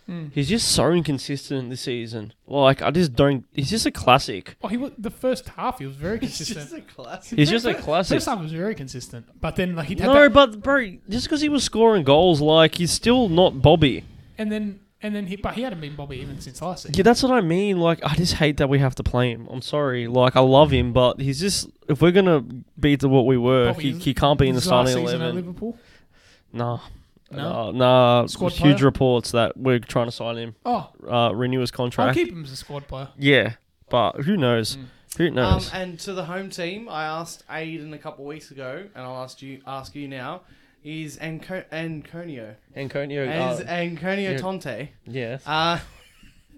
S3: Mm.
S2: He's just so inconsistent this season. Like I just don't. He's just a classic.
S3: Oh, he was the first half. He was very consistent.
S1: Just a classic. Um,
S2: He's just a
S3: First
S2: classic.
S3: half was very consistent, but then like he had
S2: No,
S3: that,
S2: but bro, just because he was scoring goals, like he's still not Bobby.
S3: and then and then he but he hadn't been Bobby even since last season.
S2: Yeah, that's what I mean. Like, I just hate that we have to play him. I'm sorry. Like, I love him, but he's just. If we're gonna be to what we were,
S3: Bobby,
S2: he, he can't be in the
S3: His last
S2: starting
S3: season at
S2: eleven.
S3: Liverpool.
S2: Nah,
S3: No?
S2: nah, nah.
S3: Squad
S2: huge
S3: player?
S2: reports that we're trying to sign him,
S3: Oh,
S2: uh, renew his
S3: I'll
S2: contract.
S3: keep Mm. him as a squad player.
S2: yeah, but who knows? Who
S1: Um,
S2: knows?
S1: and to the home team, I asked Aiden a couple weeks ago, and I'll ask you ask you now: Is Anco- Anconio
S2: Antonio,
S1: is Anconio
S2: yeah.
S1: Tonte?
S2: yeah,
S1: Uh,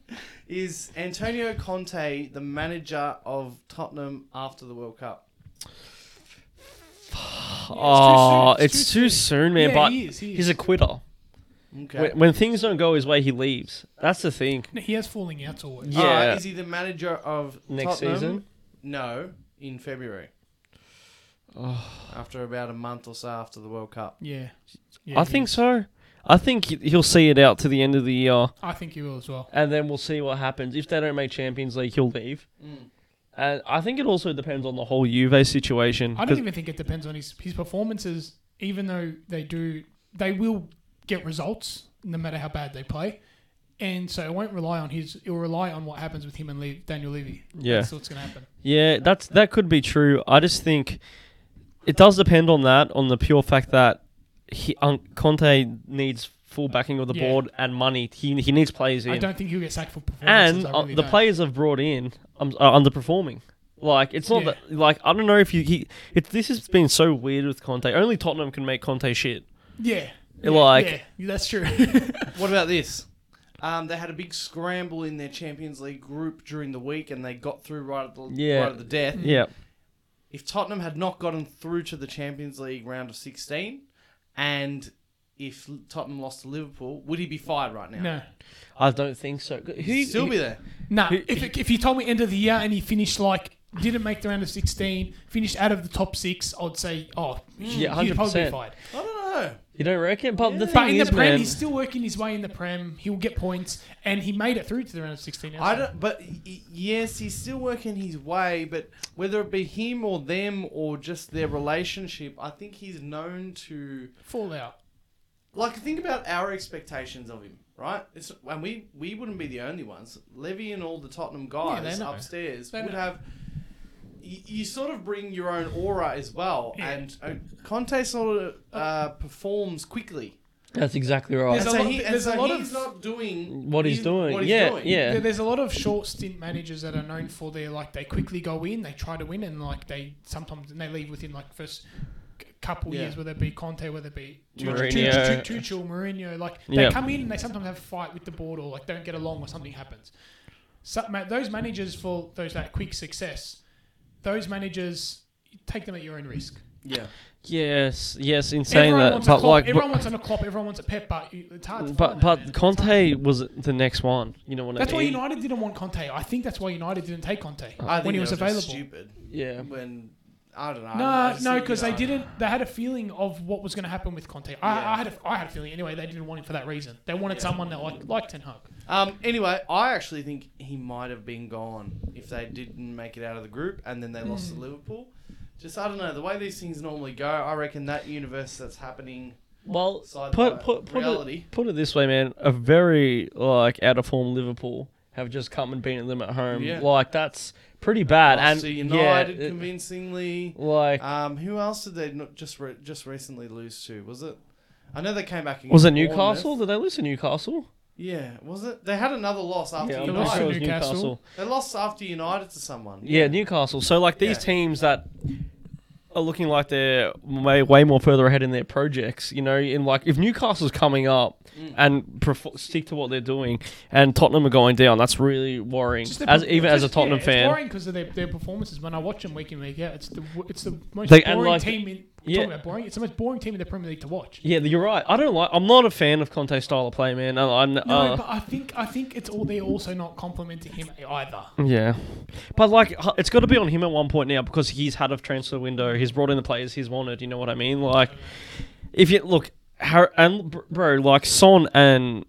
S1: is Antonio Conte the manager of Tottenham after the World Cup?
S2: oh,
S3: soon, it's
S2: it's
S3: too
S2: too soon, man.
S3: Yeah,
S2: but
S3: he is, he
S2: he's
S3: is.
S2: a quitter.
S1: Okay.
S2: When, when things don't go his way, he leaves. That's the thing.
S3: No, He has falling outs always.
S2: Yeah.
S1: Alright, Uh, is he the manager of
S2: Next
S1: Tottenham?
S2: season?
S1: No, in February.
S2: Oh.
S1: After about a month or so after the World Cup.
S3: Yeah.
S2: I
S3: he
S2: think
S3: is.
S2: so. I think he- he'll see it out to the end of the year.
S3: I think he will as well.
S2: and then we'll see what happens. If they don't make Champions League, he'll leave. And I think it also depends on the whole Juve situation.
S3: I
S2: 'cause-
S3: don't even think it depends on his his performances. Even though they do they will get results no matter how bad they play. And so it won't rely on his. It'll rely on what happens with him and Le- Daniel Levy.
S2: Yeah.
S3: that's what's going to happen.
S2: Yeah, that's that could be true. I just think it does depend on that, on the pure fact that he, um, Conte needs full backing of the
S3: Yeah.
S2: board and money. He he needs players
S3: I
S2: in,
S3: don't think he'll get sacked for performances.
S2: and
S3: I
S2: uh,
S3: really
S2: the
S3: don't.
S2: players have brought in um, are underperforming. Like it's not
S3: Yeah.
S2: that. Like I don't know if you he. It, this has been so weird with Conte. Only Tottenham can make Conte shit.
S3: Yeah. Yeah,
S2: Like-
S3: yeah, that's true.
S1: What about this? Um, they had a big scramble in their Champions League group during the week, and they got through right at the
S2: Yeah. Mm.
S1: right at the death.
S3: Mm.
S2: Yeah,
S1: If Tottenham had not gotten through to the Champions League round of sixteen, and if Tottenham lost to Liverpool, would he be fired right now?
S3: no,
S2: I don't think so. Who,
S1: He'd still be there.
S3: nah.
S2: He-
S3: If, if you told me end of the year and he finished like didn't make the round of sixteen, finished out of the top six, I'd say, oh,
S2: Yeah,
S3: he'd probably be
S2: 100%.
S3: fired.
S1: I don't know.
S2: you don't reckon? But the thing
S3: But in the
S2: is,
S3: prem,
S2: man,
S3: he's still working his way in the prem. He'll get points, and he made it through to the round of sixteen.
S1: I don't. But y- y- yes, he's still working his way. But whether it be him or them or just their relationship, I think he's known to.
S3: fallout.
S1: like think about our expectations of him, right? It's, and we we wouldn't be the only ones. Levy and all the Tottenham guys
S3: know.
S1: upstairs
S3: They
S1: would
S3: know.
S1: have. You, you sort of bring your own aura as well,
S3: Yeah.
S1: and uh, Conte sort of uh, performs quickly.
S2: that's exactly right.
S1: And
S3: There's a
S1: so,
S3: lot-
S1: he, and
S3: there's a
S1: so
S3: lot of-
S1: he's not doing
S2: What he's doing. Yeah, yeah.
S3: Yeah, there's a lot of short stint managers that are known for their like they quickly go in, they try to win, and like they sometimes and they leave within like first c- couple
S1: Yeah.
S3: years, whether it be Conte, whether it be
S2: Mourinho.
S3: Tuchel, Tuchel, Tuchel, Mourinho. Like they
S2: Yeah.
S3: come in and they sometimes have a fight with the board or like don't get along or something happens. So, ma- those managers for those that quick success, those managers take them at your own risk.
S1: Yeah,
S2: Yes, yes, in saying
S3: everyone
S2: that,
S3: wants a
S2: but
S3: Klopp,
S2: like,
S3: everyone wants a Klopp, everyone wants a Pep, but you- it's hard. To
S2: but
S3: find
S2: but,
S3: that, man.
S2: but
S3: It's hard.
S2: Conte was the next one. You know what
S3: That's
S2: I
S3: why
S2: mean?
S3: United didn't want Conte. I think that's why United didn't take Conte
S1: I think
S3: when
S1: they
S3: he was
S1: were just
S3: available.
S1: Stupid
S2: yeah,
S1: when I don't know. I
S3: No,
S1: just
S3: no,
S1: think, you
S3: because they
S1: know,
S3: didn't. They had a feeling of what was going to happen with Conte. I,
S1: Yeah.
S3: I had, a, I had a feeling anyway. They didn't want him for that reason. They wanted someone that liked, liked Ten Hag.
S1: Um, anyway, I actually think he might have been gone if they didn't make it out of the group and then they lost to
S2: Hmm.
S1: Liverpool. Just I don't know the way these things normally go. I reckon that universe that's happening.
S2: Well,
S1: Side
S2: put
S1: by
S2: put put
S1: reality.
S2: it, put it this way, man. A very like out of form Liverpool have just come and beaten them at home.
S1: Yeah.
S2: Like that's pretty bad.
S1: And
S2: And
S1: United
S2: yeah, it-
S1: convincingly.
S3: Uh,
S2: like
S1: Um, who else did they not just re- just recently lose to? Was it? I know they came back. Against
S2: was it
S1: Bournemouth.
S2: Newcastle? Did they lose to Newcastle?
S1: Yeah, was it? They had another loss after
S2: Yeah, I'm
S3: They
S2: pretty
S3: lost
S2: sure
S1: United.
S2: it
S3: to
S2: was
S3: Newcastle.
S2: Newcastle.
S1: They lost after United to someone.
S2: Yeah, Newcastle. So like these
S1: Yeah.
S2: teams that are looking like they're way, way more further ahead in their projects, you know, in like if Newcastle's coming up
S3: Mm.
S2: and perf- stick to what they're doing, and Tottenham are going down, that's really worrying.
S3: Just their
S2: As
S3: perf-
S2: even as a
S3: just-
S2: Tottenham
S3: yeah,
S2: fan,
S3: it's boring because of their, their performances. When I watch them week in week out, it's the w- it's the most
S2: They- and
S3: boring
S2: like-
S3: team in.
S2: yeah.
S3: Talking about boring, it's the most boring team in the Premier League to watch.
S2: yeah, you're right. I don't like. I'm not a fan of Conte's style of play, man. I, I,
S3: No,
S2: uh,
S3: but I think I think it's all they're also not complimenting him either.
S2: Yeah, but like h- it's got to be on him at one point now because he's had a transfer window. He's brought in the players he's wanted. You know what I mean? Like, if you look, Har- and br- bro, like Son and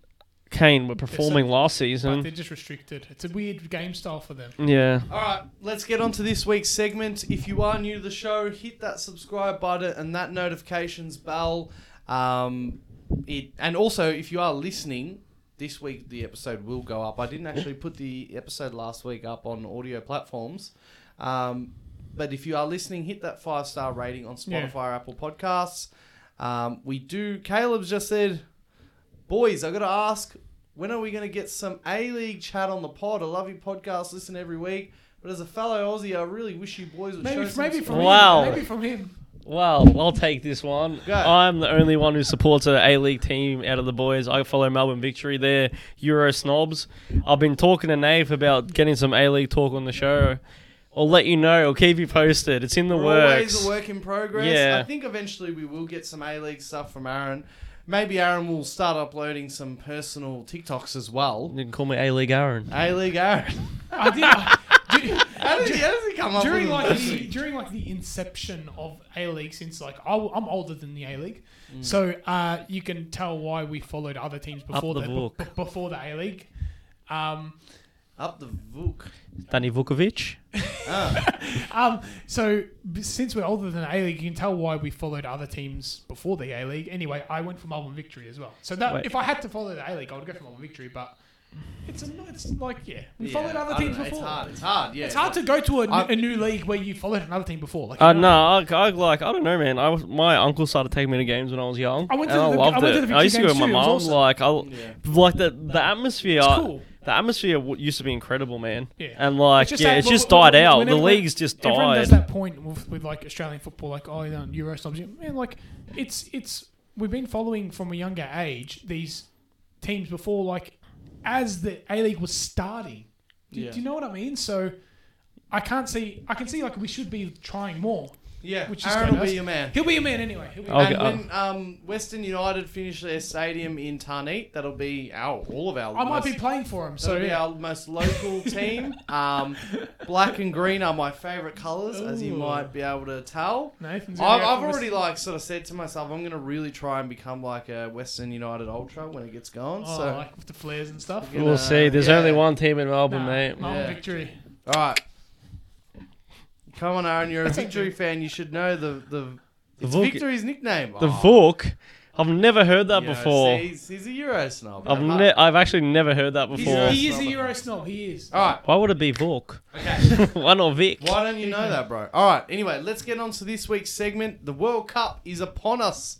S2: Kane were performing last
S3: But
S2: season.
S3: they're just restricted. It's a weird game style for them.
S2: Yeah,
S1: All right, let's get on to this week's segment. If you are new to the show, hit that subscribe button and that notifications bell. Um, it and also if you are listening this week, the episode will go up. I didn't actually put the episode last week up on audio platforms, um, but if you are listening, hit that five star rating on
S3: Yeah.
S1: Spotify, or Apple Podcasts. Um, we do. Caleb's just said, boys, I got to ask. When are we going to get some A League chat on the pod? I love your podcast, listen every week. But as a fellow Aussie, I really wish you boys would
S3: Maybe
S1: show some
S3: maybe
S1: support.
S3: from
S2: Wow.
S3: him. Maybe from him.
S2: well, I'll take this one.
S1: Go.
S2: I'm the only one who supports an A League team out of the boys. I follow Melbourne Victory. They're Euro snobs. I've been talking to Nave about getting some A League talk on the show. I'll let you know. I'll keep you posted. It's in the
S1: We're
S2: works.
S1: always a work in progress.
S2: Yeah.
S1: I think eventually we will get some A League stuff from Aaron. Maybe Aaron will start uploading some personal TikToks as well.
S2: You can call me A League Aaron.
S1: A League Aaron.
S3: I did. I, did-
S1: How did, he, how did he come up
S3: during
S1: with
S3: like
S1: this?
S3: the, during like the inception of A League, since like I, am older than the A League,
S2: Mm.
S3: so uh, you can tell why we followed other teams before
S2: the
S3: the,
S2: book.
S3: b- before the A League. Um,
S1: Up the Vuk. Ah,
S2: Danny Vukovic.
S3: Um, so b- since we're older than A League, you can tell why we followed other teams before the A League. Anyway, I went for Melbourne Victory as well. So that
S2: Wait.
S3: if I had to follow the A League, I would go for Melbourne Victory. But it's a, it's like yeah, we
S1: Yeah,
S3: followed
S1: I
S3: other
S1: don't
S3: teams
S1: know,
S3: before.
S1: It's hard. It's hard. Yeah.
S3: It's hard to go to a,
S1: I-
S3: a new league where you followed another team before. Like,
S2: Uh,
S3: you know,
S2: no, I, I like I don't know, man. I was, my uncle started taking me to games when I was young,
S3: I went to
S2: and
S3: the-
S2: I loved
S3: I went
S2: it.
S3: to the
S2: I used to go with
S3: Victory
S2: my
S3: games too, it
S2: mom.
S3: was
S2: Like I, like the the atmosphere.
S3: It's cool.
S2: The atmosphere w- used to be incredible, man.
S3: Yeah.
S2: And like,
S3: It's just
S2: yeah,
S3: that-
S2: it's
S3: look,
S2: just
S3: look,
S2: died
S3: look,
S2: out.
S3: when
S2: The
S3: everyone-
S2: leagues just
S3: Everyone does
S2: died.
S3: that point with, with like Australian football, like oh, you know, Euro snobs. Man, like it's it's we've been following from a younger age these teams before, like as the A League was starting. Do,
S1: Yeah.
S3: do you know what I mean? So I can't see. I can see like we should be trying more.
S1: Yeah.
S3: Which is
S1: Aaron will
S3: nice.
S1: be your man.
S3: He'll be a man anyway. He'll be a
S2: I'll
S3: man.
S2: get-
S1: and when um, Western United finish their stadium in Tarnit, that'll be our all of our.
S3: I might be
S1: most-
S3: playing for him. So
S1: That'll be
S3: yeah.
S1: our most local team. Um, black and green are my favourite colours, as you
S3: Ooh.
S1: might be able to tell.
S3: Nathan's gonna
S1: I've,
S3: go
S1: I've
S3: for
S1: already like sort of said to myself, I'm going to really try and become like a Western United ultra when it gets going.
S3: Oh,
S1: so,
S3: like with the flares and stuff.
S1: Yeah.
S2: We'll see. There's
S1: Yeah.
S2: only one team in Melbourne,
S3: Nah,
S2: mate.
S3: Melbourne
S1: Yeah.
S3: victory.
S1: all right, come on, Aaron, you're a
S3: Oh, That's okay.
S1: victory fan. You should know the the
S2: The
S1: it's
S2: Vulc-
S1: victory's nickname.
S2: The
S1: Oh,
S2: Vuk. I've never heard that
S1: you know,
S2: before.
S1: see, he's, he's a Euro snob.
S2: I've ne- I've actually never heard that
S1: He's-
S2: before.
S3: He is a Euro snob. He is.
S1: all right.
S2: Why would it be Vuk?
S1: Okay.
S2: Why not Vic?
S1: Why don't you know that, bro? All right. Anyway, let's get on to this week's segment. The World Cup is upon us,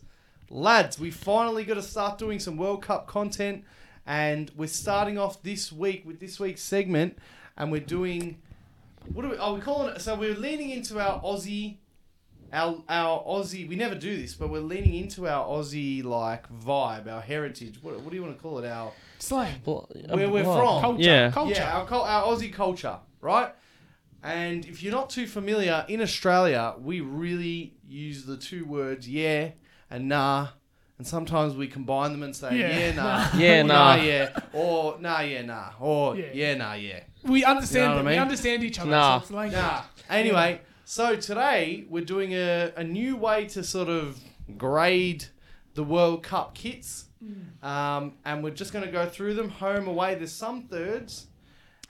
S1: lads. We finally got to start doing some World Cup content, and we're starting off this week with this week's segment, and we're doing. What are we? Are we calling it? So we're leaning into our Aussie, our our Aussie. We never do this, but we're leaning into our Aussie like vibe, our heritage. What, what do you want to call it? Our
S3: Slang.
S1: where
S2: Where
S1: we're from.
S3: Culture.
S2: Oh, Yeah.
S3: Culture.
S1: yeah, our, cul- our Aussie culture, right? And if you're not too familiar, in Australia, we really use the two words yeah and nah. And sometimes we combine them and say,
S3: Yeah.
S1: yeah, nah.
S2: Yeah,
S1: or,
S2: nah.
S1: yeah. Or, nah, yeah, nah. Or,
S3: Yeah.
S1: yeah, nah, yeah.
S3: We
S1: You
S3: understand.
S1: know what I
S3: We
S1: mean?
S3: understand each other.
S2: Nah.
S3: So it's language.
S1: Nah. Anyway, so today we're doing a, a new way to sort of grade the World Cup kits.
S3: Mm.
S1: Um, and we're just going to go through them home, away. There's some thirds.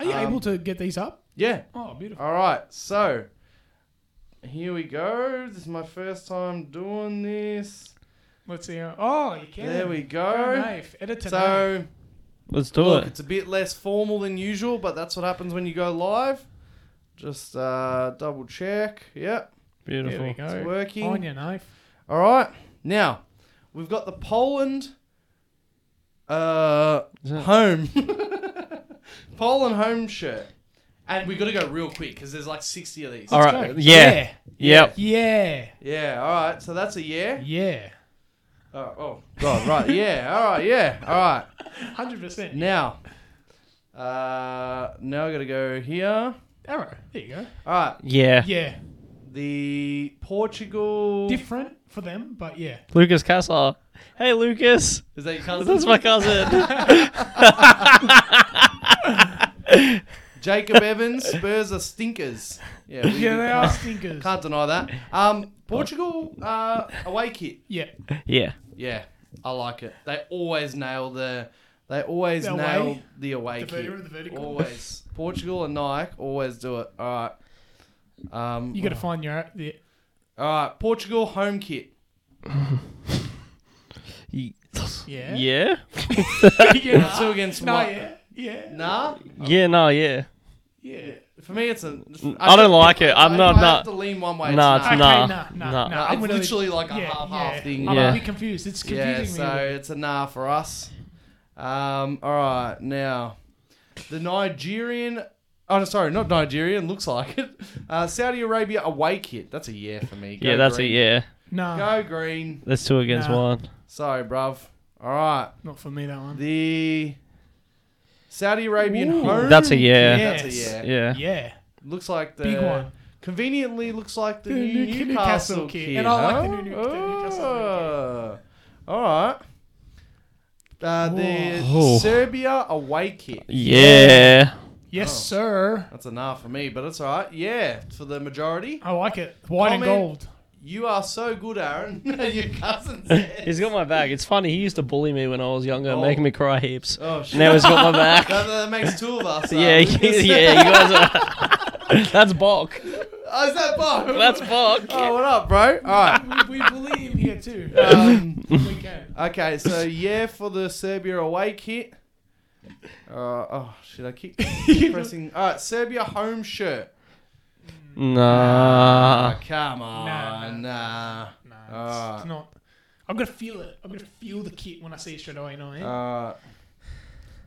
S3: Are you
S1: Um,
S3: able to get these up?
S1: Yeah,
S3: Oh, beautiful.
S1: All right, so here we go. This is my first time doing this.
S3: Let's see. How, oh, you can.
S1: There we
S3: Go,
S1: go.
S3: Naif. Edit to Naif.
S1: So
S2: Let's do
S1: look,
S2: it.
S1: it's a bit less formal than usual, but that's what happens when you go live. Just uh, double check. Yep,
S3: There we
S2: Beautiful.
S3: go.
S1: it's working.
S3: On your knife.
S1: All right, now we've got the Poland uh,
S2: Is that-
S1: home Poland home shirt, and we got to go real quick because there's like sixty of these.
S2: All
S3: Let's
S2: right.
S3: go.
S2: Yeah. Yep.
S3: Yeah.
S1: Yeah, all right. So that's a yeah.
S3: Yeah. Uh,
S1: Oh, oh God, right. Yeah, all right, yeah, all right.
S3: Hundred percent.
S1: Now, uh, now I gotta go here.
S3: Arrow. There you go.
S1: All right,
S2: Yeah.
S3: Yeah.
S1: the Portugal.
S3: Different for them, but yeah.
S2: Lucas Casar. Hey, Lucas.
S1: Is that your cousin?
S2: That's my cousin.
S1: Jacob Evans. Spurs are stinkers. Yeah, we-
S3: Yeah,
S1: we
S3: they are
S1: can't,
S3: stinkers.
S1: Can't deny that. Um, Portugal uh, away kit.
S3: Yeah.
S2: yeah.
S1: Yeah, I like it. They always nail the. They always
S3: The
S1: nail
S3: away?
S1: the away
S3: The
S1: kit.
S3: vertical, the vertical.
S1: Always. Portugal and Nike always do it. All right. Um,
S3: You got to find your the
S1: All right, Portugal home kit.
S2: Ye-
S3: yeah.
S2: Yeah.
S1: It's
S3: yeah.
S1: Two against
S3: no,
S1: one.
S3: yeah. Yeah.
S1: Nah,
S2: Yeah. No. Yeah.
S3: Yeah.
S1: for me it's a.
S2: I don't like it. I'm
S1: if
S2: not-
S1: I
S2: not-
S1: have to lean one way.
S2: Nah,
S1: it's
S2: it's
S3: Okay,
S1: nah.
S2: Uh, nah,
S3: nah, nah, nah,
S2: nah.
S1: Nah,
S3: I'm
S1: it's
S3: gonna-
S1: literally like a
S3: yeah,
S1: half-half
S3: yeah.
S1: thing.
S3: I'm
S2: Yeah.
S3: a bit confused. It's confusing
S1: Yeah,
S3: me.
S1: so it's a nah for us. Um, all right, now the Nigerian. Oh, no, sorry, not Nigerian. Looks like it. Uh, Saudi Arabia away kit. That's a yeah for me. Go
S2: yeah. That's
S1: green.
S2: a yeah.
S3: nah,
S1: Go green.
S2: That's two against
S3: Nah.
S2: one.
S1: Sorry, bruv. All right,
S3: not for me that one.
S1: the Saudi Arabian
S3: Ooh.
S1: home.
S2: That's a yeah.
S1: That's a
S3: Yes.
S1: yeah. Uh,
S2: Yeah.
S3: yeah.
S1: Looks like the
S3: Big one.
S1: Conveniently looks like the,
S3: The
S1: new
S3: new
S1: Newcastle,
S3: Newcastle
S1: kid.
S3: kid. And I like the
S1: huh?
S3: new New- the Newcastle
S1: Oh. All right. Uh, the
S2: Whoa. Oh.
S1: Serbia away kit.
S2: Yeah.
S3: Yes,
S1: Oh.
S3: sir.
S1: That's enough for me, but it's all right. Yeah, for the majority.
S3: I like it. White and
S1: Comment.
S3: gold.
S1: You are so good, Aaron. Your cousin said.
S2: He's got my back. It's funny. He used to bully me when I was younger,
S1: Oh.
S2: making me cry heaps.
S1: Oh, shit.
S2: Now he's got my back.
S1: that, that makes two of us.
S2: yeah,
S1: Aaron.
S2: yeah, yeah, you guys are. That's Bok.
S1: Oh, is that Bob?
S2: That's Bok.
S1: Oh, what up, bro? All right.
S3: we, we bully him here too.
S1: Um,
S3: we can.
S1: okay, so yeah for the Serbia away kit. Uh, oh, should I keep pressing? All right, Serbia home shirt.
S2: Nah. Ah.
S1: Oh, come on.
S3: Nah,
S1: Nah.
S3: No, it's,
S1: Ah.
S3: it's not. I'm gonna feel it. I'm gonna feel the kit when I see it straight away. You know what I mean?
S1: Uh,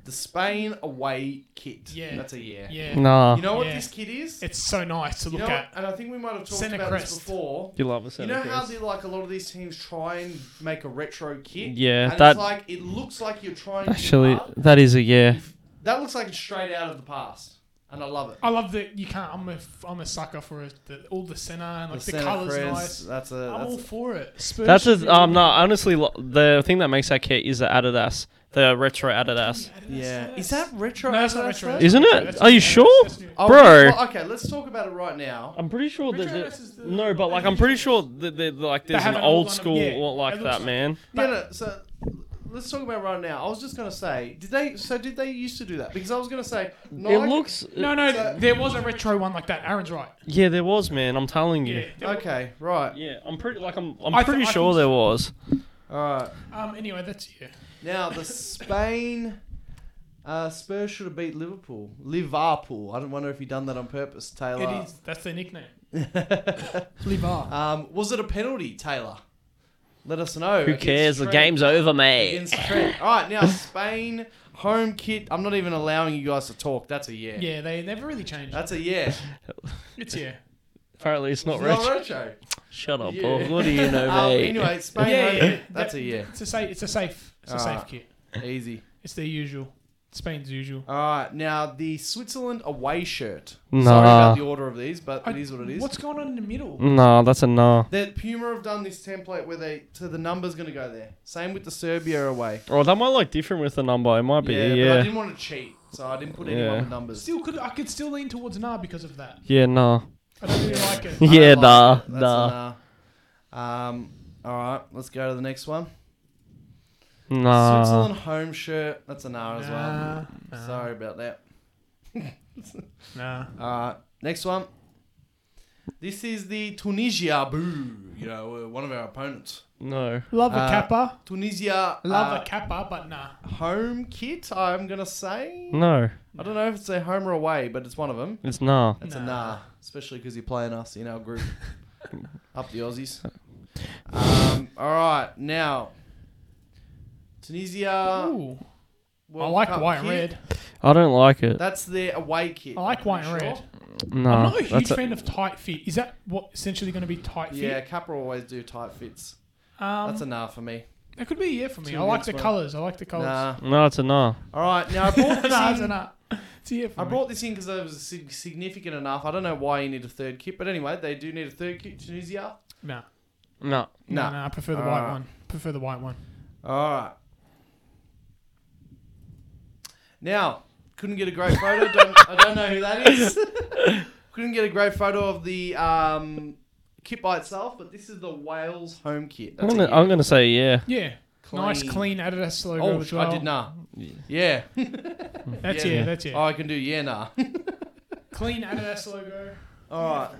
S1: the Spain away kit.
S3: Yeah.
S1: That's a yeah.
S3: yeah,
S2: Nah.
S1: You know what
S3: Yeah.
S1: this kit is?
S3: it's so nice to
S1: you
S3: look
S1: know what?
S3: at.
S1: And I think we might have talked
S3: Centre
S1: about this
S3: crest.
S1: before.
S2: You love us.
S1: You know how they, like a lot of these teams try and make a retro kit?
S2: Yeah,
S1: and
S2: that-
S1: it's like it looks like you're trying
S2: Actually,
S1: too hard.
S2: that is a yeah.
S1: that looks like it's straight out of the past. And I love it.
S3: I love that you can't. I'm a I'm a sucker for it. The, all the center and like the,
S1: Centre
S3: colors
S1: crest,
S3: nice.
S1: That's a
S3: I'm
S1: that's
S3: all for it. Spurs
S2: That's
S3: should
S2: a
S3: be
S2: um.
S3: all-
S2: No, honestly, lo- the thing that makes that kit is the Adidas, the retro Adidas.
S3: Adidas,
S1: yeah.
S3: Adidas.
S1: Is that retro?
S3: No, that's not retro.
S1: though?
S3: Adidas.
S2: Isn't it?
S3: That's
S2: Are you
S3: new.
S2: sure?
S3: That's new.
S1: Oh,
S2: Bro.
S1: well, okay, let's talk about it right now.
S2: I'm pretty sure
S3: Retro
S2: that
S3: Adidas is
S2: the,
S3: the-
S2: no, but like I'm pretty sure that they like there's
S3: have
S2: an
S3: an old
S2: old
S3: one of-
S2: school
S3: yeah,
S2: one
S3: it
S2: like
S3: looks
S2: that,
S3: like-
S2: man.
S1: No, no. So let's talk about right now. I was just gonna say, did they? So did they used to do that? Because I was gonna say, Nike,
S2: It looks uh,
S3: No, no,
S1: So-
S3: there was a retro one like that. Aaron's right.
S2: Yeah, there was, man. I'm telling you.
S3: Yeah.
S2: Yeah,
S3: there was-
S1: Okay, right.
S2: I'm pretty like I'm I'm
S3: I th-
S2: pretty
S3: I
S2: sure
S3: think-
S2: there was.
S1: All right.
S3: Um. Anyway, that's yeah.
S1: Now the Spain. Uh, Spurs should have beat Liverpool. Liverpool. I don't wonder if he done that on purpose, Taylor.
S3: It is. That's their nickname.
S1: um, was it a penalty, Taylor? Let us know.
S2: Who
S1: Against
S2: cares? The
S1: Trent.
S2: game's over, mate.
S1: Against Trent. All right, now Spain home kit. I'm not even allowing you guys to talk. That's a yeah.
S3: Yeah, they never really changed.
S1: That's a yeah.
S3: It's yeah.
S2: Apparently, it's not
S1: It's
S2: rich.
S1: retro.
S2: Shut up,
S1: Yeah.
S2: Bob. What do you know,
S3: Oh,
S1: Um,
S2: mate?
S1: anyway, Spain.
S3: Yeah,
S1: home
S3: yeah,
S1: kit.
S3: yeah.
S1: That's a yeah.
S3: It's a safe. It's a safe. It's a
S1: Ah.
S3: safe kit.
S1: Easy.
S3: It's their usual. Spain's usual.
S1: All right, now the Switzerland away shirt.
S2: Nah.
S1: Sorry about the order of these, but it
S3: I-
S1: is what it is.
S3: What's going on in the middle?
S2: No, that's a no.
S1: That Puma have done this template where they so the number's gonna go there. Same with the Serbia away.
S2: Or that might look different with the number. It might be. Yeah.
S1: but I
S2: Yeah,
S1: didn't want to cheat, so I didn't put anyone
S2: Yeah.
S1: with numbers.
S3: Still, could I could still lean towards Nah because of that.
S2: no.
S3: I don't really like it.
S1: I don't
S2: Yeah,
S1: like
S2: nah,
S1: it. That's a
S2: nah.
S1: nah. Um, all right, let's go to the next one.
S2: Nah.
S1: Switzerland home shirt. That's a nah as well.
S3: Uh, Nah, nah,
S1: Sorry Uh, about that.
S3: Nah.
S1: Alright, next one. This is the Tunisia boo. You know, uh, one of our opponents.
S2: No.
S3: Love a
S1: Uh,
S3: kappa.
S1: Tunisia
S3: Love
S1: uh,
S3: a kappa, but nah.
S1: home kit. I'm gonna say.
S2: No.
S1: I don't know if it's a home or away, but it's one of them.
S2: It's nah.
S1: That's a
S3: Nah.
S1: nah, especially because you're playing us in our group. Up the Aussies. Um, all right, now Tunisia.
S3: Ooh.
S1: uh,
S3: I
S1: World
S3: like
S1: Cup
S3: white and
S1: kit.
S3: red.
S2: I don't like it.
S1: That's their away kit.
S3: I
S1: I'm pretty
S3: like white and
S1: sure.
S3: red. I'm
S2: Nah.
S3: not a huge
S2: That's a,
S3: fan of tight fit. Is that what essentially going to be tight fit?
S1: Yeah, Capra always do tight fits.
S3: Um,
S1: That's a nah for me.
S3: That could be a yeah for me.
S1: Two
S3: I like
S1: minutes,
S3: the
S1: mate.
S3: colours. I like the colours.
S1: Nah.
S2: no, it's a nah.
S1: All right, now I brought this
S3: Nah, it's a
S1: in.
S3: nah. It's a yeah for
S1: I
S3: me.
S1: brought this in because it was sig- significant enough. I don't know why you need a third kit, but anyway, they do need a third kit. Tunisia.
S3: Nah.
S2: No.
S3: No,
S1: Nah.
S3: no, I prefer the
S1: All
S3: white
S1: right.
S3: one. Prefer the white one.
S1: All right. Now, couldn't get a great photo. Don't, I don't know who that is. couldn't get a great photo of the um, kit by itself, but this is the Wales home kit.
S2: I'm
S1: That's a
S2: gonna,
S1: kit.
S2: I'm gonna say yeah.
S3: Yeah. Nice, clean Adidas logo
S1: Oh,
S3: as
S1: sh-
S3: well.
S1: I did nah. Yeah.
S3: That's
S1: Yeah.
S3: yeah, that's yeah.
S1: Oh, I can do yeah nah.
S3: Clean Adidas logo.
S1: All right.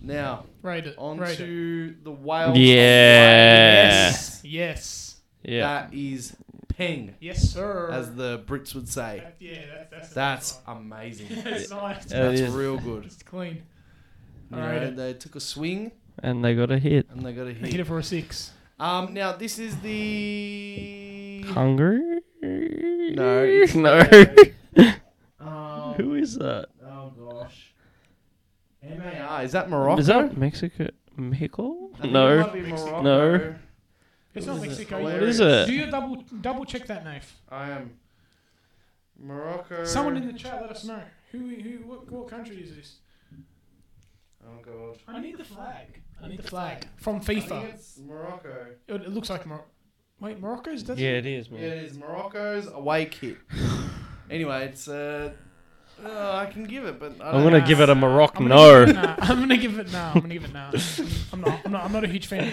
S1: Now
S3: Rate it.
S1: on
S3: rate it.
S1: to the Wales.
S2: Yeah.
S3: Yes. Yes.
S2: Yeah.
S1: That is ping,
S3: Yes, sir.
S1: as the Brits would say.
S3: That- yeah, that, that's
S1: That's amazing.
S3: that's nice.
S2: Yeah.
S1: That's
S2: is.
S1: real good.
S3: It's clean.
S1: You
S3: All right.
S1: know, they took a swing
S2: And they got a hit.
S1: and they got a
S3: Hit
S1: hit.
S3: it for a six.
S1: Um, now this is the
S2: Hungry?
S1: no, it's-
S2: no.
S1: Um,
S2: Who is that?
S1: oh gosh, MAR is that Morocco?
S2: Is that Mexico? Mexico?
S1: I think it might
S2: No.
S1: be Morocco.
S2: No.
S3: It's
S1: What
S3: not
S1: is it?
S3: Mexico.
S1: Hilarious.
S2: What is it?
S3: Do you double double check that knife?
S1: I am Morocco.
S3: Someone in the chat, let us know. Who who what, what country is this?
S1: oh god,
S3: I need the flag. I need the flag from
S1: I think
S3: FIFA.
S1: it's Morocco.
S3: It, it looks like Mor- wait Morocco's does
S2: Yeah,
S3: it?
S2: it is,
S1: Yeah,
S2: man.
S1: it is Morocco's away kit. anyway, it's uh, Uh, I can give it, but I
S2: I'm
S1: don't
S2: gonna
S1: know.
S2: give it a Morocco.
S3: I'm
S2: No.
S3: Gonna give it, nah. I'm gonna give it nah. I'm gonna give it nah. I'm not. I'm not. I'm not a huge fan.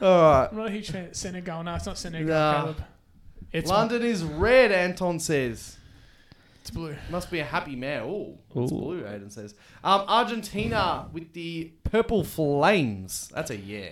S1: All right.
S3: I'm not a huge fan. of Senegal. No, it's not Senegal.
S1: Nah.
S3: Caleb. It's
S1: London is red. Anton says.
S3: It's blue.
S1: Must be a happy man. Ooh, it's
S2: Ooh.
S1: blue. Aiden says. Um, Argentina with the purple flames. That's a yeah.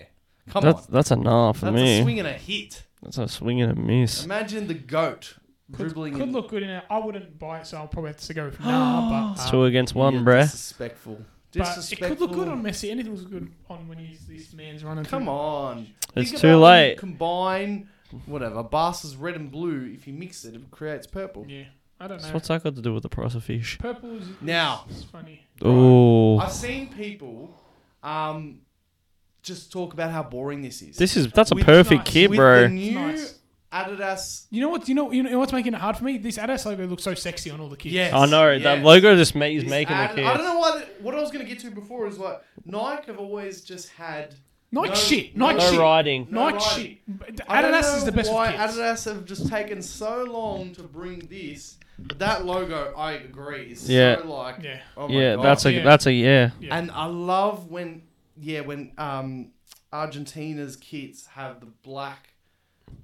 S1: Come
S2: That's
S1: on.
S2: that's a nah for
S1: That's
S2: me.
S1: a swing and a hit.
S2: That's a swing and a miss.
S1: Imagine the goat
S3: Could,
S1: dribbling.
S3: could
S1: in-
S3: look good in it. I wouldn't buy it, so I'll probably have to go with nah.
S2: It's
S3: But,
S2: two
S3: um,
S2: against
S1: You're
S2: one, bruh.
S1: Disrespectful.
S3: but it
S1: Disrespectful.
S3: could look good on Messi. Anything looks good on when he's this man's running.
S1: Come
S3: through.
S1: on.
S2: It's
S1: Think about
S2: too
S1: when you
S2: late.
S1: Combine whatever. Barca's red and blue. If you mix it, it creates purple.
S3: Yeah, I don't
S2: So
S3: know.
S2: what's that got to do with the price of fish?
S3: Purple is
S1: Now.
S3: It's funny.
S2: Oh,
S1: I've seen people um, just talk about how boring this is.
S2: this is that's a
S3: With
S2: perfect
S3: nice-
S2: kid,
S1: With the
S2: bro.
S1: new
S3: Nice.
S1: Adidas.
S3: You know what? You know. You know what's making it hard for me? This Adidas logo looks so sexy on all the kids.
S1: Yes.
S2: I know that
S1: yes.
S2: logo just ma- is
S1: This
S2: making
S1: Adi-
S2: a
S1: I don't
S2: kid.
S1: know what what I was going to get to before is like Nike have always just had
S3: Nike
S1: No-
S3: shit.
S1: no
S3: Nike
S2: No
S3: shit.
S2: riding.
S1: No
S3: Nike
S1: riding.
S3: shit. But
S1: I don't
S3: Adidas is
S1: know
S3: the best
S1: Why
S3: for kids.
S1: Adidas have just taken so long to bring this? But that logo, I agree, is
S2: Yeah.
S1: so like
S3: Yeah.
S1: Oh my
S2: Yeah,
S1: God.
S2: that's a
S3: Yeah.
S2: that's a yeah.
S3: Yeah.
S1: And I love when, yeah, when um, Argentina's kids have the black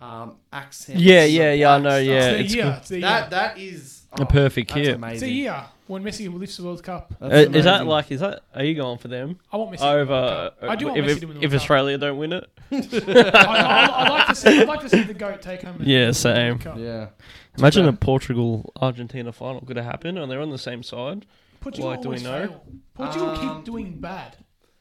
S1: um, accent.
S2: Yeah, yeah, yeah, I know, yeah.
S3: It's the
S2: it's
S3: year.
S2: good.
S3: It's the year.
S1: That that is
S2: A perfect
S1: that's
S2: kit.
S3: it's the
S1: Amazing.
S3: year when Messi lifts the World Cup.
S1: That's
S2: Uh, is that
S1: amazing.
S2: like is that are you going for them
S3: I want Messi. to win the
S2: over uh,
S3: World Cup. I do want
S2: if,
S3: Messi
S2: if,
S3: to win the
S2: if
S3: World Cup.
S2: Australia don't win it?
S3: I, I, I'd like to see. I'd like to see the goat take home. the-
S2: Yeah,
S3: the
S2: same.
S3: Cup.
S1: Yeah.
S2: Imagine
S1: fair.
S2: a Portugal Argentina final could have happened and they're on the same side.
S3: Portugal
S2: Like, do we
S3: always
S2: know?
S3: fail. Portugal
S1: Um,
S3: keep doing bad.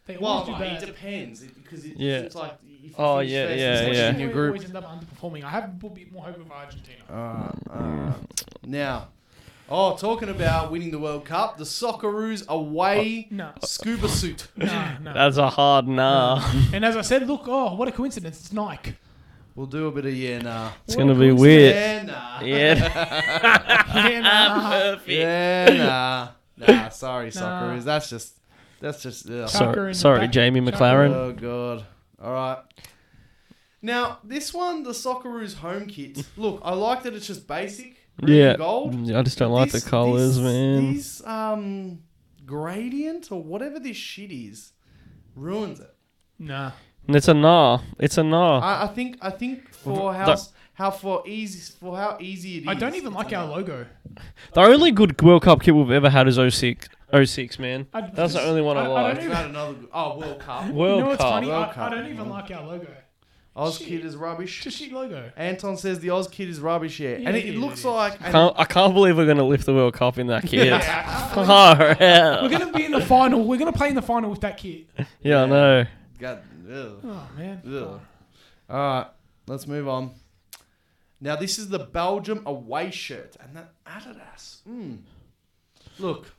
S3: They
S1: Well,
S3: always do
S1: it
S3: bad.
S1: depends it- because it,
S2: Yeah.
S1: it's like if you
S2: Oh,
S1: finish
S2: yeah,
S1: first,
S2: yeah,
S1: it's
S3: Portugal
S1: like
S2: yeah.
S1: in your group.
S3: always end up underperforming. I have a bit more hope of Argentina.
S1: Uh, uh, now, oh, talking about winning the World Cup, the Socceroos away
S3: No,
S1: scuba suit.
S3: no, no.
S2: That's a hard nah.
S3: And as I said, look, oh, what a coincidence! It's Nike.
S1: We'll do a bit of yeah nah.
S2: It's
S3: What a
S2: gonna be
S3: coincidence.
S2: weird.
S1: Yeah nah.
S2: Yeah,
S3: Yeah, nah.
S2: perfect.
S1: Yeah, nah, nah. Sorry,
S3: Nah.
S1: Socceroos. That's just, that's just. ugh.
S3: Chucker in the
S2: Sorry, sorry,
S3: back.
S2: Jamie
S3: Chucker.
S2: McLaren.
S1: Oh god. All right. Now this one, the Socceroos home kit. Look, I like that it's just basic. green and
S2: Yeah, Mm,
S1: Gold.
S2: I just don't like the
S1: This-
S2: colours,
S1: this-
S2: man.
S1: These um gradient or whatever this shit is ruins it.
S3: Nah.
S2: And it's a nah. It's a nah.
S1: I, I think I think for how
S2: Don't-
S1: how for easy for how easy it is.
S3: I don't even
S1: it's
S3: like
S1: a-
S3: our logo.
S2: The only good World Cup kit we've ever had is 06, 06 man.
S3: I-
S2: That's the only one I,
S3: I- I
S2: like.
S3: don't
S1: We've had another oh World Cup.
S2: World
S3: you know what's
S2: Cup.
S3: funny?
S1: World
S3: I,
S1: Cup.
S3: I don't even like our logo.
S1: Oz
S3: Shit.
S1: kid is rubbish.
S3: It's a shit logo.
S1: Anton says the Oz kid is rubbish here,
S3: Yeah,
S1: and it,
S3: it
S1: it
S3: is,
S1: looks
S3: it is.
S1: like
S2: I
S1: and
S2: can't, I can't believe we're going to lift the World Cup in that Oh, kit.
S3: Yeah.
S2: Far out.
S3: We're gonna be in the final. We're gonna play in the final with that kid.
S2: Yeah, I know.
S1: God, ugh.
S3: Oh man.
S1: Ugh. All right, let's move on. Now this is the Belgium away shirt and that Adidas. Mm. Look,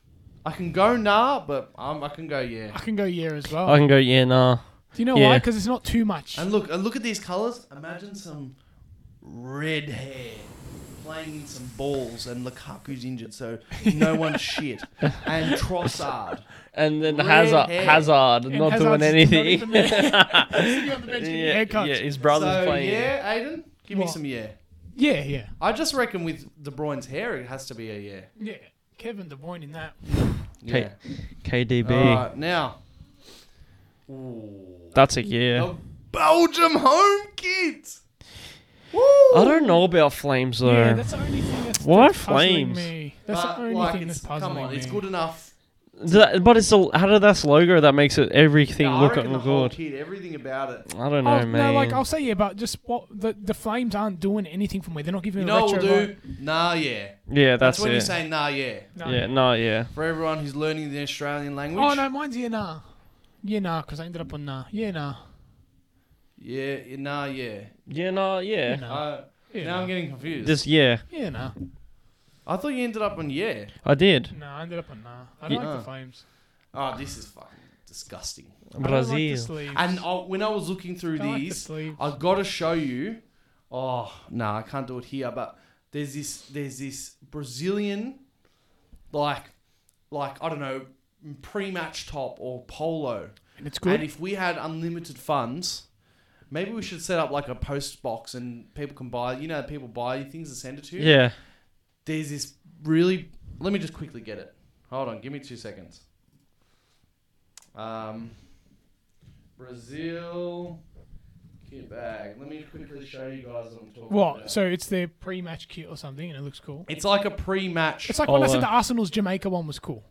S1: I can go nah, but um, I can go yeah.
S3: I can go yeah as well.
S2: I can go, yeah, nah.
S3: Do you know
S2: yeah.
S3: why? Because it's not too much.
S1: And look, and look at these colours. Imagine some red hair playing in some balls, and Lukaku's injured, so no one's shit. And Trossard,
S2: And then
S1: Red
S2: Hazard,
S1: hair.
S2: Hazard
S3: And
S2: not
S3: Hazard's
S2: doing anything.
S3: Not even there. Sitting on the bench getting
S2: yeah,
S3: haircuts.
S2: yeah, his brother's
S1: so
S2: playing.
S1: yeah, Aiden, give me
S3: What?
S1: some yeah.
S3: yeah, yeah,
S1: I just reckon with De Bruyne's hair, it has to be a yeah.
S3: yeah. Kevin De Bruyne in that.
S1: Yeah.
S2: Okay. KDB.
S1: All right, now. Ooh.
S2: That's a yeah.
S1: The Belgium home kit. Woo!
S2: I don't know about Flames, though.
S3: Yeah, that's the only thing that's
S2: Why
S3: that's puzzling
S2: flames?
S3: me. That's
S1: But,
S3: the only
S1: like,
S3: thing
S1: it's-
S3: that's puzzling
S1: Come on,
S3: me.
S1: it's good enough.
S2: That- but it's a Adidas logo that makes it everything
S1: Yeah, I
S2: look
S1: reckon the
S2: look
S1: whole
S2: good.
S1: kit, everything about it.
S2: I don't know,
S3: Oh,
S2: man.
S3: no, like I'll say yeah, but just what the the flames aren't doing anything for me. They're not giving
S1: You
S3: me
S1: know what
S3: retro.
S1: we'll
S3: vibe.
S1: do? Nah, yeah.
S2: yeah,
S1: That's,
S2: that's,
S1: when
S2: it.
S1: you say nah, yeah.
S3: No.
S2: yeah, no, yeah.
S1: For everyone who's learning the Australian language.
S3: Oh no, mine's yeah nah, yeah nah, because I ended up on nah, yeah nah,
S1: Yeah, yeah, nah, yeah.
S2: Yeah, no,
S3: yeah
S2: yeah.
S3: nah,
S1: Uh,
S3: yeah
S1: now I'm
S3: nah,
S1: getting confused.
S2: Just, yeah.
S3: yeah nah.
S1: I thought you ended up on yeah.
S2: I did.
S3: No, I ended up on nah. I don't
S1: Yeah.
S3: like
S1: Uh.
S3: the flames.
S1: Oh, this is fucking disgusting.
S2: Brazil.
S3: I don't like the sleeves.
S1: And I, when I was looking through
S3: I don't like the
S1: these, Uh,
S3: sleeves.
S1: I've got to show you. Oh no, I can't do it here. But there's this, there's this Brazilian, like, like I don't know, pre-match top or polo.
S3: and it's
S1: And
S3: good.
S1: if we had unlimited funds, maybe we should set up like a post box and people can buy. You know, people buy things and send it to you.
S2: yeah.
S1: There's this really. Let me just quickly get it. Hold on, give me two seconds. Um, Brazil, Quebec. Let me quickly show you guys what I'm talking
S3: What?
S1: about.
S3: So it's their pre-match kit or something, and it looks cool.
S1: it's like a pre-match.
S3: It's like when I
S2: Oh, uh,
S3: said the Arsenal's Jamaica one was cool,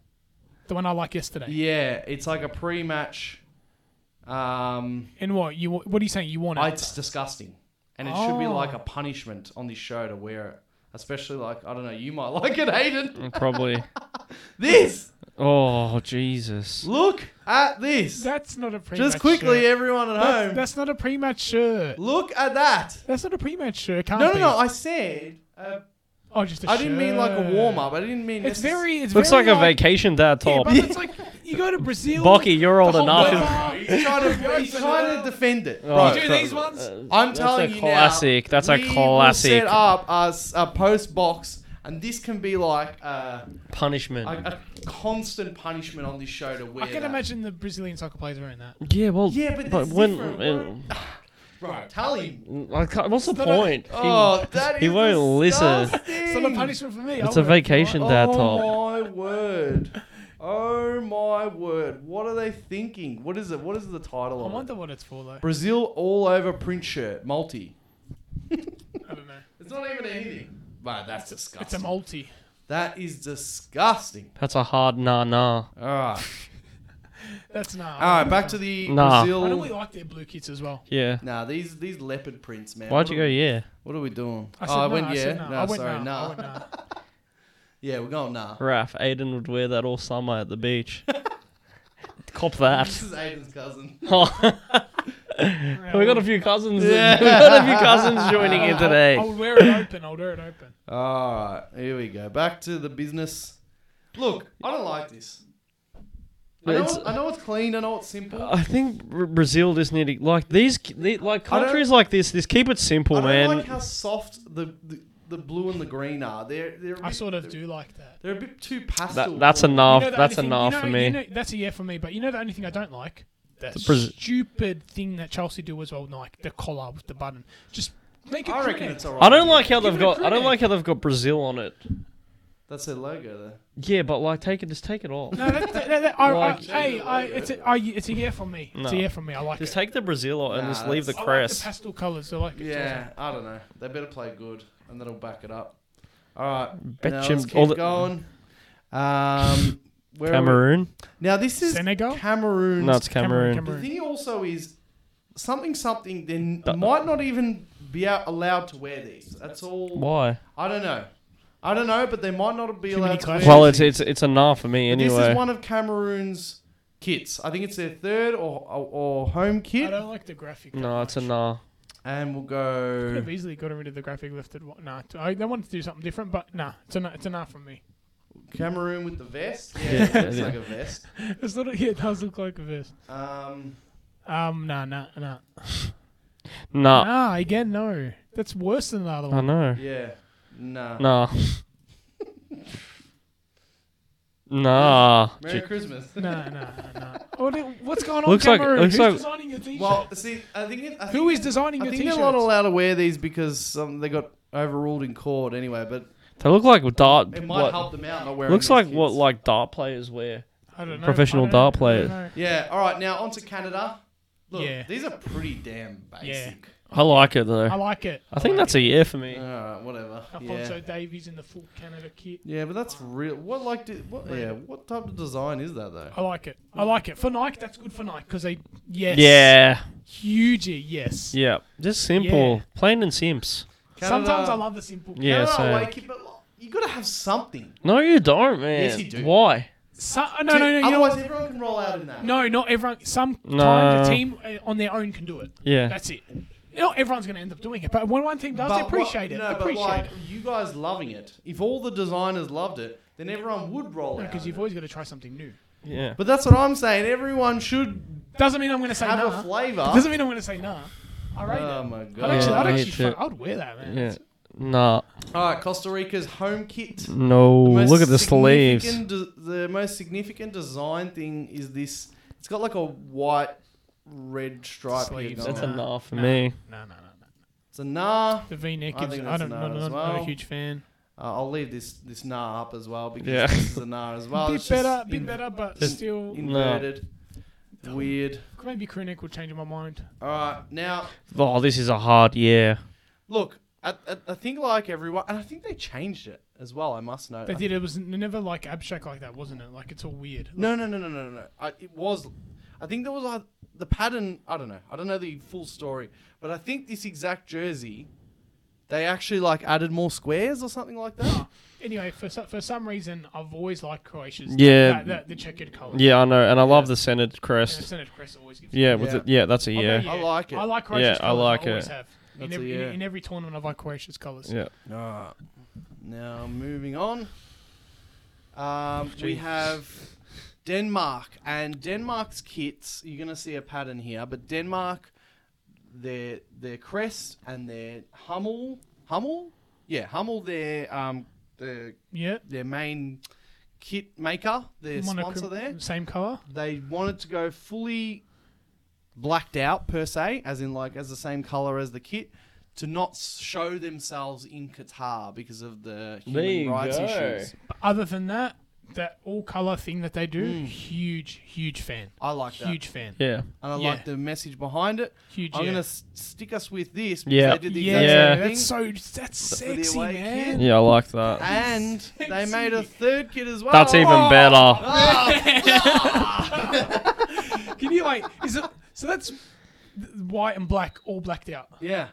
S3: the one I like yesterday.
S1: yeah, it's like a pre-match. Um,
S3: And what you wa- what are you saying? You want it?
S1: it's disgusting, and it should be
S3: Oh.
S1: like a punishment on this show to wear it. Especially like I don't know, you might like it, Hayden.
S2: Probably.
S1: This
S2: Oh Jesus.
S1: look at this.
S3: that's not a pre-match.
S1: Just quickly,
S3: shirt.
S1: everyone at
S3: That's,
S1: home,
S3: that's not a pre-match shirt.
S1: look at that.
S3: That's not a pre-match shirt. Can't
S1: No, no,
S3: be.
S1: no. I said. Uh,
S3: Oh, just a
S1: I didn't mean like a
S3: shirt.
S1: warm up. I didn't mean.
S3: It's
S1: necess-
S3: very. It's
S2: Looks
S3: very
S2: like a vacation dad
S3: Yeah,
S2: top.
S3: but it's like you go to Brazil.
S2: Bucky, you're old
S3: the whole
S2: enough.
S3: world-
S1: He's trying to. He's trying to defend it.
S2: Oh,
S3: You do
S2: fuck.
S3: these ones?
S1: I'm
S2: That's
S1: telling
S2: a
S1: you
S2: classic.
S1: now.
S2: That's a
S1: we will
S2: classic.
S1: set up a, s- a post box, and this can be like uh,
S2: Punishment.
S1: a, a constant punishment on this show to wear.
S3: I can
S1: that.
S3: imagine the Brazilian soccer players wearing that.
S2: yeah, well,
S1: Yeah, but that's
S2: when,
S1: different, Right, tell him.
S2: I can't, what's the
S3: not a-
S2: point? He-
S1: Oh, that is
S2: he won't listen.
S1: disgusting.
S3: It's not a punishment for me.
S2: it's
S3: I
S2: a
S3: would-
S2: vacation dad top.
S1: Oh my word. Oh my word. What are they thinking? What is it? What is the title
S3: I
S1: of it?
S3: wonder what it's for though.
S1: Brazil all over print shirt, multi.
S3: I don't know.
S1: It's not even anything. But that's disgusting.
S3: It's a multi.
S1: that is disgusting.
S2: That's a hard nah nah.
S1: All right.
S3: That's not.
S1: All right, back to the
S2: Nah.
S1: Brazil.
S3: I really like their blue kits as well.
S2: Yeah.
S1: Nah, these these leopard prints, man.
S2: Why'd
S1: What
S2: you
S1: are
S2: go?
S1: we-
S2: Yeah.
S1: What are we doing?
S3: I said
S1: oh, I
S3: no,
S1: went
S3: I
S1: yeah.
S3: said no.
S1: no,
S3: I went
S1: sorry,
S3: no.
S1: nah.
S3: I went no.
S1: Yeah, we're going nah.
S2: Raph, Aiden would wear that all summer at the beach. Cop that.
S1: This is Aiden's cousin.
S2: Oh, we got a few cousins.
S1: Yeah.
S2: we got a few cousins joining in
S3: I
S2: today.
S3: would wear it open. I would wear it open.
S1: All right, Ah, here we go. Back to the business. Look, I don't like this. I know,
S2: It's- Uh,
S1: I know it's clean. I know it's simple.
S2: I think Br- Brazil just need to like these, the- like
S1: I don't-
S2: countries like this. Just keep it simple,
S1: I don't
S2: man.
S1: like how soft the, the the blue and the green are. They're they're. a
S3: I
S1: bit-
S3: sort of do like that.
S1: They're a bit too pastel.
S2: that, that's
S1: for me.
S2: enough.
S3: You know the
S2: that's
S3: only thing-
S2: enough
S3: you know-
S2: for me.
S3: you know- that's a yeah for me. But you know the only thing I don't like. That
S2: The Braz-
S3: stupid thing that Chelsea do as well, like the collar with the button. Just make it.
S1: I reckon
S3: clear.
S1: it's alright.
S2: I don't like how
S3: Give
S2: they've
S3: it a
S2: got. I don't
S3: critic.
S2: like how they've got Brazil on it.
S1: That's their logo there.
S2: Yeah, but like, take it. Just take it off.
S3: No, that, that, that, I,
S2: Like-
S3: I, hey, I, it's a, I, it's a yeah from me. It's a
S2: No.
S3: yeah from me. I like it.
S2: Just take the Brazil off and
S1: Nah,
S2: just leave the
S1: that's-
S3: I like the
S2: crest.
S3: pastel colours. I like it.
S1: Yeah, I don't know. They better play good, and that'll back it up. All right,
S2: Bet
S1: now
S2: you-
S1: let's keep
S2: all the-
S1: going. Um, where are we?
S2: Cameroon?
S1: Now this is
S3: Senegal?
S1: Cameroon.
S2: No, it's
S3: Cameroon,
S2: Cameroon.
S1: The
S3: Cameroon.
S1: thing also is something something then
S2: Th-
S1: might not even be out, allowed to wear these. That's all.
S2: Why?
S1: I don't know. I don't know, but they might not be
S3: Too many
S1: allowed to wear
S3: classes.
S2: Well,
S1: these.
S2: it's it's it's a nah for me
S1: But This
S2: anyway.
S1: is one of Cameroon's kits. I think it's their third or or, or home
S3: I
S1: kit,
S3: don't like the graphic. that
S2: No, it's a
S3: much.
S2: nah.
S1: and we'll
S3: Could
S1: go.
S3: have easily gotten rid of the graphic lifted one. Nah, t- I, they wanted to do something different, but nah, it's enough. It's enough from me.
S1: Cameroon with the vest. Yeah,
S2: Yeah,
S1: it looks
S2: yeah.
S1: like a vest.
S3: It's not. Yeah, it does look like a vest.
S1: Um,
S3: Um, nah, nah, nah.
S2: Nah.
S3: Nah, again, no. That's worse than the other
S2: I
S3: one.
S2: know.
S1: yeah, nah.
S2: Nah. nah.
S1: Merry Christmas.
S3: Nah, nah, nah. What, do- what's going on?
S2: Looks like-
S3: Cameroon?
S2: looks
S3: Who's
S2: like-
S3: designing your t-shirt?
S1: well, see, I think it, I think,
S3: Who is designing
S1: I
S3: your
S1: think
S3: t-shirt?
S1: they're not allowed to wear these because um, they got overruled in court anyway. But
S2: They look like dart.
S1: it might
S2: What,
S1: help them out. Not wearing
S2: looks
S1: these
S2: like what
S1: kits.
S2: like dart players wear.
S3: I don't know.
S2: professional
S3: I don't know. I
S2: dart
S3: don't
S2: players.
S3: know.
S1: Yeah. All right. Now on to Canada. Look,
S3: Yeah.
S1: these are pretty damn basic.
S2: I like it though.
S3: I
S2: I,
S3: like it.
S2: think that's a yeah for me.
S1: All right. Whatever.
S3: Alfonso
S1: Yeah.
S3: Davies in the full Canada kit.
S1: Yeah, but that's real. What like? Do, what? Yeah. What type of design is that though?
S3: I like it. I like it. For Nike, that's good for Nike because they, yes.
S2: Yeah.
S3: Huge, yes.
S2: Yeah. Just simple.
S3: Yeah.
S2: Plain and simps.
S3: Sometimes I love the simple.
S2: Yeah,
S1: Canada
S2: same.
S1: away kit, but like, you gotta have something.
S2: No, you don't, man.
S1: Yes, you do.
S2: Why?
S3: So, uh, no, no, no. You know
S1: Otherwise,
S3: what?
S1: everyone can roll out in that.
S3: No, not everyone. Sometimes
S2: No.
S3: a team uh, on their own can do it.
S2: Yeah.
S3: That's it. Not everyone's going to end up doing it, but when one team does, they
S1: what-
S3: appreciate it.
S1: No, but
S3: appreciate
S1: like
S3: it.
S1: you guys loving it. If all the designers loved it, then everyone would roll out.
S3: Because
S1: in
S3: you've
S1: it.
S3: always got to try something new.
S2: yeah.
S1: But that's what I'm saying. Everyone should
S3: Doesn't mean I'm going to say
S1: have
S3: nah.
S1: a flavour.
S3: Doesn't mean I'm going to say nah. I rate
S1: Oh
S3: it.
S1: my
S3: I'd
S1: god.
S3: actually,
S2: Yeah,
S3: I'd
S2: I
S3: actually,
S2: hate it.
S3: fu- I would wear that, man.
S2: Yeah. Nah.
S1: All right, Costa Rica's home kit.
S2: No.
S1: The most
S2: Look at the sleeves.
S1: significant De- the most significant design thing is this. It's got like a white, red stripe. Here
S3: Sleeves.
S1: going
S2: That's
S1: on.
S2: a nah for
S3: nah,
S2: me.
S3: No, no, no, no.
S1: It's a nah.
S3: The V neck
S1: I
S3: is.
S1: think
S3: I
S1: that's
S3: don't.
S1: a
S3: know.
S1: nah
S3: I'm
S1: as
S3: not, not
S1: well.
S3: a huge fan.
S1: Uh, I'll leave this this nah up as well because
S2: Yeah.
S1: this is a nah as well.
S3: bit
S1: It's just
S3: better, bit
S1: in-
S3: better, but
S1: just
S3: still
S1: inverted. Weird.
S3: maybe Krunik will change my mind.
S1: All right, now
S2: Oh, this is a hard year.
S1: look, I, I, I think like everyone, and I think they changed it as well. I must know.
S3: They did. It was never like abstract like that, wasn't it? Like it's all weird.
S1: No, no, no, no, no, no, no. I, it was. I think there was like the pattern. I don't know. I don't know the full story, but I think this exact jersey, they actually like added more squares or something like that.
S3: Anyway, for so, for some reason, I've always liked Croatia's.
S2: Yeah.
S3: that, that, the checkered color.
S2: Yeah, I know, and I love the Senate
S3: And the
S2: crest.
S3: Senate crest always gives.
S2: Yeah, with
S1: Yeah.
S2: The, yeah, that's a
S3: Oh, no,
S2: yeah.
S1: I like it.
S3: I like Croatia's
S2: Yeah, I
S3: colours.
S2: like
S3: always
S2: it.
S3: have. In
S1: That's a
S3: every, in,
S1: yeah.
S3: in every tournament, I like Croatia's colors.
S2: Yeah.
S1: Alright. Now moving on. Um, we have Denmark and Denmark's kits. You're gonna see a pattern here, but Denmark, their their crest and their Hummel Hummel, yeah Hummel their um their
S3: Yeah.
S1: their main kit maker, their
S3: Monochrome-
S1: sponsor there.
S3: Same color.
S1: They wanted to go fully blacked out per se, as in like as the same color as the kit, to not s- show themselves in Qatar because of the human
S2: There you
S1: rights
S2: go.
S1: issues.
S3: But other than that, that all color thing that they do, huge, huge fan.
S1: I Hmm. like that,
S3: Huge fan.
S2: Yeah.
S1: and I
S3: yeah.
S1: like the message behind it.
S3: Huge.
S1: I'm
S3: yeah.
S1: gonna s- stick us with this because
S2: Yeah.
S1: they did the
S3: yeah,
S1: exact
S2: Yeah.
S1: same thing.
S3: that's so that's sexy,
S1: away
S3: man.
S1: kid.
S2: Yeah, I like that.
S1: and they made a third kit as well.
S2: That's even
S1: Oh.
S2: better.
S3: Can you wait? Is it so? That's white and black, all blacked out.
S1: Yeah,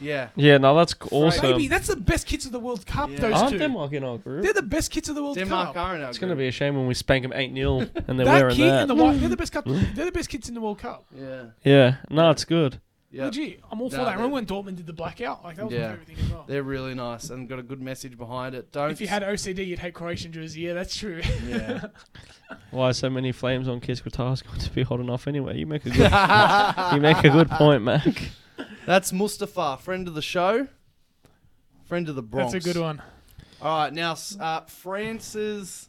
S1: yeah.
S2: Yeah, no, that's awesome.
S3: Baby, that's the best kids of the World Cup.
S1: Yeah.
S3: Those
S2: Aren't
S3: two,
S2: Denmark in our group?
S3: they're the best kids of the World
S1: Denmark
S3: Cup.
S1: are in our
S2: It's going to
S1: group.
S2: be a shame when we spank them 8 0 and
S3: That
S2: they're wearing
S3: kid
S2: that.
S3: and the white, they're the best. Cup, they're the best kids in the World Cup.
S1: Yeah,
S2: yeah, no, it's good.
S1: yeah.
S3: Legit, I'm all for
S1: Nah,
S3: that. Remember
S1: they-
S3: when Dortmund did the blackout? Like that was
S1: Yeah.
S3: my favorite thing as well.
S1: They're really nice and got a good message behind it. Don't
S3: If you had OCD, you'd hate Croatian jersey. Yeah, that's true.
S1: yeah.
S2: Why so many flames on Kiss Guitar is going to be hot enough anyway. You make a good, you make a good point, Mac.
S1: That's Mustafa, friend of the show, friend of the Bronx.
S3: that's a good one.
S1: All right, now s- uh, France's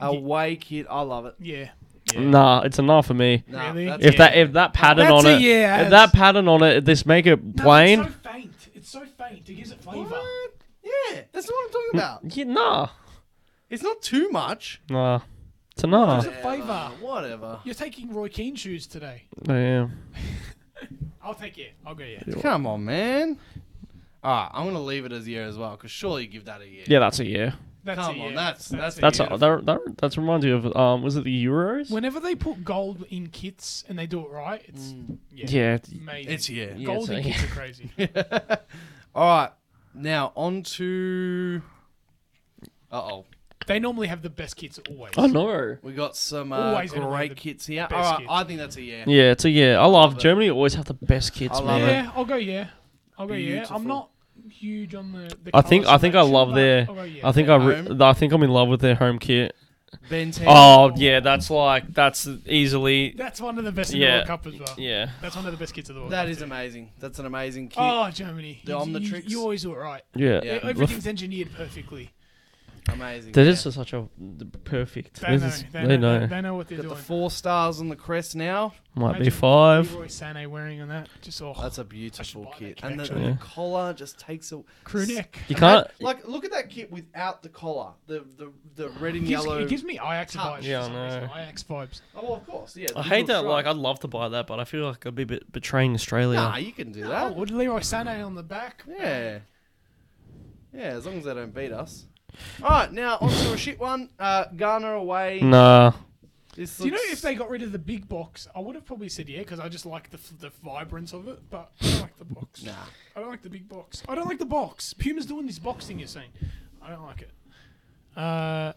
S1: away kit. I love it.
S3: Yeah.
S2: Nah, it's enough for me.
S1: Nah,
S3: Really?
S1: that's-
S2: If that if that pattern
S3: That's
S2: on
S3: a
S2: it,
S3: yeah, that's-
S2: if that pattern on it, this make it
S3: No,
S2: plain.
S3: It's so faint. It's so faint. It gives it flavor.
S1: What? Yeah, that's not what I'm
S2: Hmm.
S1: talking about.
S2: yeah, nah,
S1: It's not too much.
S2: nah, it's a nah.
S3: It's a flavor.
S1: Whatever.
S3: You're taking Roy Keane shoes today.
S2: I am.
S3: I'll take you. I'll go yeah.
S1: Come on, man. All right, I'm gonna leave it as a year as well, because surely you give that a year.
S2: Yeah, that's a yeah.
S3: That's
S1: Come
S3: a
S1: on,
S3: yeah.
S1: that's- that's-
S3: a
S2: That's
S3: yeah.
S2: a, that, that that reminds me of um was it the Euros?
S3: Whenever they put gold in kits and they do it right, it's yeah,
S2: yeah,
S3: amazing.
S1: It's here.
S2: Yeah,
S3: gold
S2: it's
S3: in
S2: a-
S3: kits are crazy.
S1: All right, now on to. Uh oh,
S3: they normally have the best kits always.
S2: I know.
S1: we got some uh,
S3: Always gonna be the
S1: great kits here. All
S3: best
S1: right,
S3: kits.
S1: I think that's a year.
S2: Yeah, it's a yeah. I love Germany. Always have the best kids,
S1: I love
S2: man.
S1: it.
S3: yeah, I'll go yeah. I'll go yeah.
S1: Beautiful.
S3: I'm not huge on the. the
S2: I think
S3: colour
S2: I think I
S3: selection,
S2: love
S3: but
S2: their.
S3: I'll go, yeah.
S2: I think I re-
S1: Home.
S2: I think I'm in love with their home kit.
S1: Ben 10.
S2: Oh yeah, that's like that's easily
S3: that's one of the best in
S2: Yeah.
S3: the World Cup as well.
S2: yeah.
S3: That's one of the best kits of the World
S1: That
S3: Cup.
S1: is amazing. That's an amazing kit.
S3: Oh, Germany.
S1: The
S3: You- you,
S1: Omnitrix.
S3: you always do it right. E-,
S2: Yeah.
S1: Yeah.
S2: Look,
S3: Everything's engineered perfectly.
S1: Amazing.
S2: They're
S1: yeah.
S2: just such a perfect.
S3: They know.
S2: This is-
S3: They know. They, they know what they're
S1: got the
S3: doing.
S1: four stars on the crest now.
S2: Might be
S3: Imagine
S2: five.
S3: Leroy Sané wearing on that. Just oh,
S1: That's a
S3: buy
S1: beautiful
S3: that
S1: kit,
S3: kit,
S1: and the,
S3: actually.
S1: the collar just takes a
S3: crew neck.
S2: You can't.
S1: Like, look at that kit without the collar. The the, the red and
S3: It gives,
S1: yellow.
S3: it gives me Ajax
S1: touch.
S3: vibes.
S2: Yeah,
S3: for some
S2: I know.
S3: reason. Ajax vibes.
S1: oh, of course, yeah.
S2: I hate that. Like I'd love to buy that, but I feel like I'd be bit betraying Australia.
S1: Nah, you can do
S3: Oh,
S1: that.
S3: with Leroy Sané on the back.
S1: Yeah. Yeah, as long as they don't beat us. All right, now on to a shit one. Uh, Ghana away.
S2: Nah.
S1: This
S3: Do you know
S1: looks-
S3: if they got rid of the big box, I would have probably said yeah because I just like the f- the vibrance of it. But I don't like the box.
S1: Nah.
S3: I don't like the big box. I don't like the box. Puma's doing this box thing you're saying. I don't like it. Uh,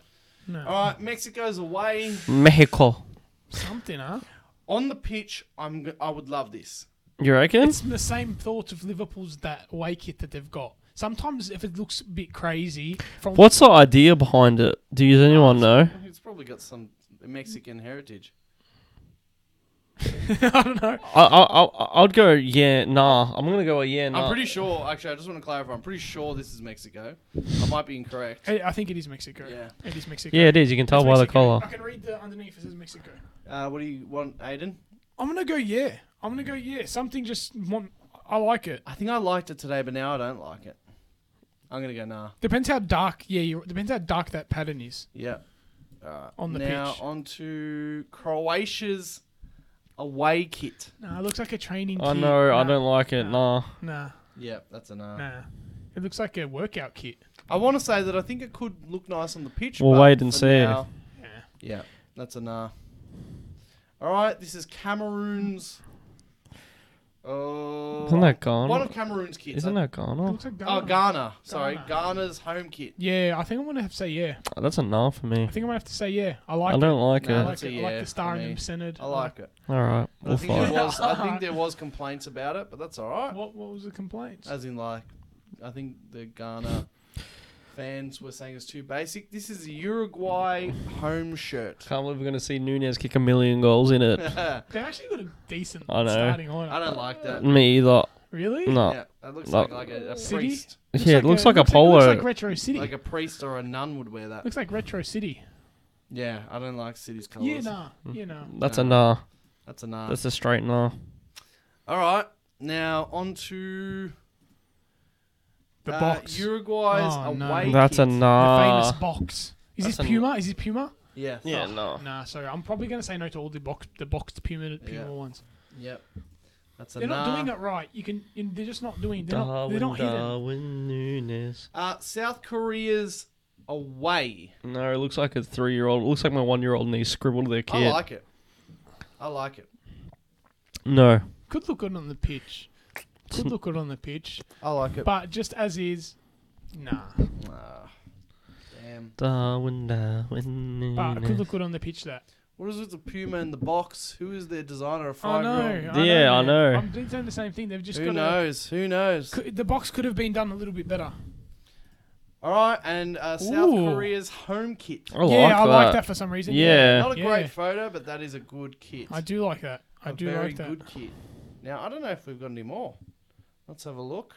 S3: no.
S1: All right, Mexico's away.
S2: Mexico.
S3: Something, huh?
S1: On the pitch, I'm. g- I would love this.
S2: You reckon?
S3: It's the same thought of Liverpool's that away kit that they've got. Sometimes if it looks a bit crazy, from
S2: What's the idea behind it? Do you anyone know?
S1: It's probably got some Mexican heritage.
S3: I don't know.
S2: I I I- I'd go yeah. Nah. I'm gonna go a yeah. Nah.
S1: I'm pretty sure. Actually, I just want to clarify. I'm pretty sure this is Mexico. I might be incorrect.
S3: I, I think it is Mexico.
S1: Yeah.
S3: It is Mexico.
S2: Yeah, it is. You can tell
S3: It's
S2: by the
S3: Mexico.
S2: collar.
S3: I can read the underneath. It says Mexico.
S1: Uh, what do you want, Aiden?
S3: I'm gonna go yeah. I'm gonna go yeah. Something just want. I like it.
S1: I think I liked it today, but now I don't like it. I'm gonna go nah.
S3: Depends how dark. Yeah, you depends how dark that pattern is.
S1: Yeah. Uh,
S3: On the
S1: now
S3: pitch.
S1: on to Croatia's away kit.
S3: Nah, it looks like a training.
S2: I
S3: kit.
S2: know.
S3: Nah,
S2: I don't like it.
S3: Nah.
S2: Nah.
S3: Nah,
S1: Yep, that's uh, a nah.
S3: nah. It looks like a workout kit.
S1: I want to say that I think it could look nice on the pitch.
S2: We'll
S1: but
S2: wait and
S1: for
S2: see.
S1: now-
S3: Yeah.
S1: yeah, that's uh, a nah. All right, this is Cameroon's. Uh,
S2: Isn't that
S1: one
S2: Ghana?
S1: of Cameroon's kits?
S2: Isn't that Ghana?
S3: It looks like
S1: Oh,
S3: Ghana.
S1: Ghana. Sorry,
S3: Ghana.
S1: Ghana's home kit.
S3: Yeah, I think I'm gonna have to say yeah.
S2: That's a nah for me.
S3: I think I'm gonna have to say yeah. I
S2: I
S3: like. it.
S2: don't like
S3: I
S1: Nah,
S2: it.
S3: like
S1: that's a
S3: it. I like
S1: yeah
S3: the star
S1: for
S3: in
S1: me.
S3: them centered.
S1: I like it.
S2: All right,
S1: I
S2: we'll
S1: think, there
S2: fight.
S1: was, I think there was complaints about it, but that's all right.
S3: What What was the complaint?
S1: As in, like, I think the Ghana fans were saying it's too basic. This is a Uruguay home shirt.
S2: Can't believe we're gonna see Nunez kick a million goals in it.
S1: I
S3: They've actually got a decent
S2: I know.
S3: starting lineup.
S1: don't like that.
S2: me either.
S3: Really?
S2: No.
S1: Yeah, that looks
S2: No.
S1: like, like a, a
S3: City?
S1: priest,
S2: Yeah, it looks like a
S3: it
S2: polo.
S3: Looks like retro city.
S1: like a priest or a nun would wear that.
S3: looks like retro city.
S1: Yeah, I don't like city's colours. Uh,
S3: Yeah, nah.
S2: Hmm.
S3: Yeah, nah.
S2: That's a nah.
S1: That's a nah.
S2: That's a straight nah.
S1: All right, now on to
S3: The
S1: uh,
S3: box.
S1: Uruguay's
S3: Oh, no.
S1: away.
S2: That's a
S1: kit.
S3: the
S2: nah.
S3: famous box. Is
S2: That's
S3: this
S2: an-
S3: Puma? Is this Puma?
S1: Yes.
S2: Yeah,
S1: Oh,
S2: nah.
S3: Nah, sorry. I'm probably going to say no to all the box, the boxed Puma, Puma
S1: Yeah.
S3: ones.
S1: Yep. That's a
S3: They're
S1: nah.
S3: not doing it right. You can. you- They're just not doing. They're not. They're
S2: Darwin,
S3: not hidden.
S2: Darwin Nunes.
S1: Uh, South Korea's away.
S2: No, it looks like a three-year-old. It looks like my one-year-old niece scribbled their kid.
S1: I like it. I like it.
S2: no,
S3: Could look good on the pitch. Could look good on the pitch.
S1: I like it.
S3: But just as is, nah.
S1: Ah, damn.
S2: Darwin, Darwin Nunes.
S3: But could look good on the pitch. That.
S1: What is with the Puma in the box? Who is their designer? A
S3: I
S1: five
S3: know. I
S1: year
S3: know,
S2: Yeah, I
S3: man.
S2: know.
S3: I'm doing saying the same thing. They've just
S1: Who
S3: got.
S1: knows? Who knows?
S3: Could, the box could have been done a little bit better.
S1: All right, and uh, South
S3: Ooh.
S1: Korea's home kit.
S3: yeah,
S2: I like
S3: I
S2: that.
S3: like that for some reason.
S2: Yeah.
S1: Not a
S3: Yeah.
S1: great photo, but that is a good kit.
S3: I do like that. I
S1: a
S3: do
S1: very
S3: like that.
S1: good kit. Now I don't know if we've got any more. Let's have a look.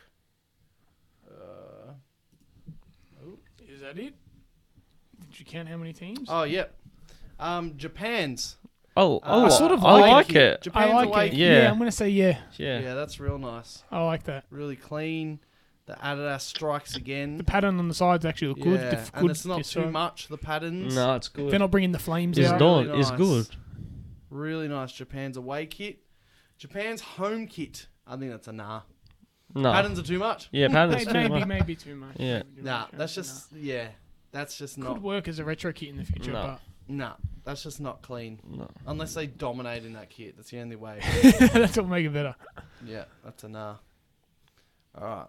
S1: Uh,
S3: Is that it? Did you count how many teams?
S1: oh yep. Um, Japan's.
S2: I, I,
S1: Uh,
S2: sort
S3: Oh, sort
S2: of
S3: of
S2: I
S1: away
S2: like
S1: kit.
S2: it.
S1: Japan's
S3: I like
S1: away
S3: it.
S1: kit.
S2: Yeah.
S3: I'm gonna say yeah.
S2: Yeah.
S1: yeah, that's real nice.
S3: I like that.
S1: Really clean. The Adidas strikes
S3: The
S1: again.
S3: pattern on the sides actually look good.
S1: Yeah,
S3: The f-
S1: and
S3: good
S1: it's not
S3: this
S1: too
S3: side.
S1: much. The patterns.
S2: No, it's good.
S3: They're not bringing the flames
S2: It's
S1: Yeah.
S3: out.
S2: not.
S1: Really
S2: It's
S1: nice.
S2: good.
S1: Really nice. Japan's away kit. Japan's home kit. I think that's a nah.
S2: No.
S1: Patterns are too much.
S2: Yeah, patterns
S3: maybe,
S2: too
S3: maybe,
S2: much.
S3: maybe too much.
S2: Yeah.
S1: Nah, that's just yeah. That's just
S3: Nah.
S1: not
S3: could work as a retro kit in the future,
S2: No.
S1: nah. That's just not clean.
S2: No.
S1: Unless they dominate in that kit. That's the only way.
S3: but that's what make it better.
S1: yeah, that's a nah. All right.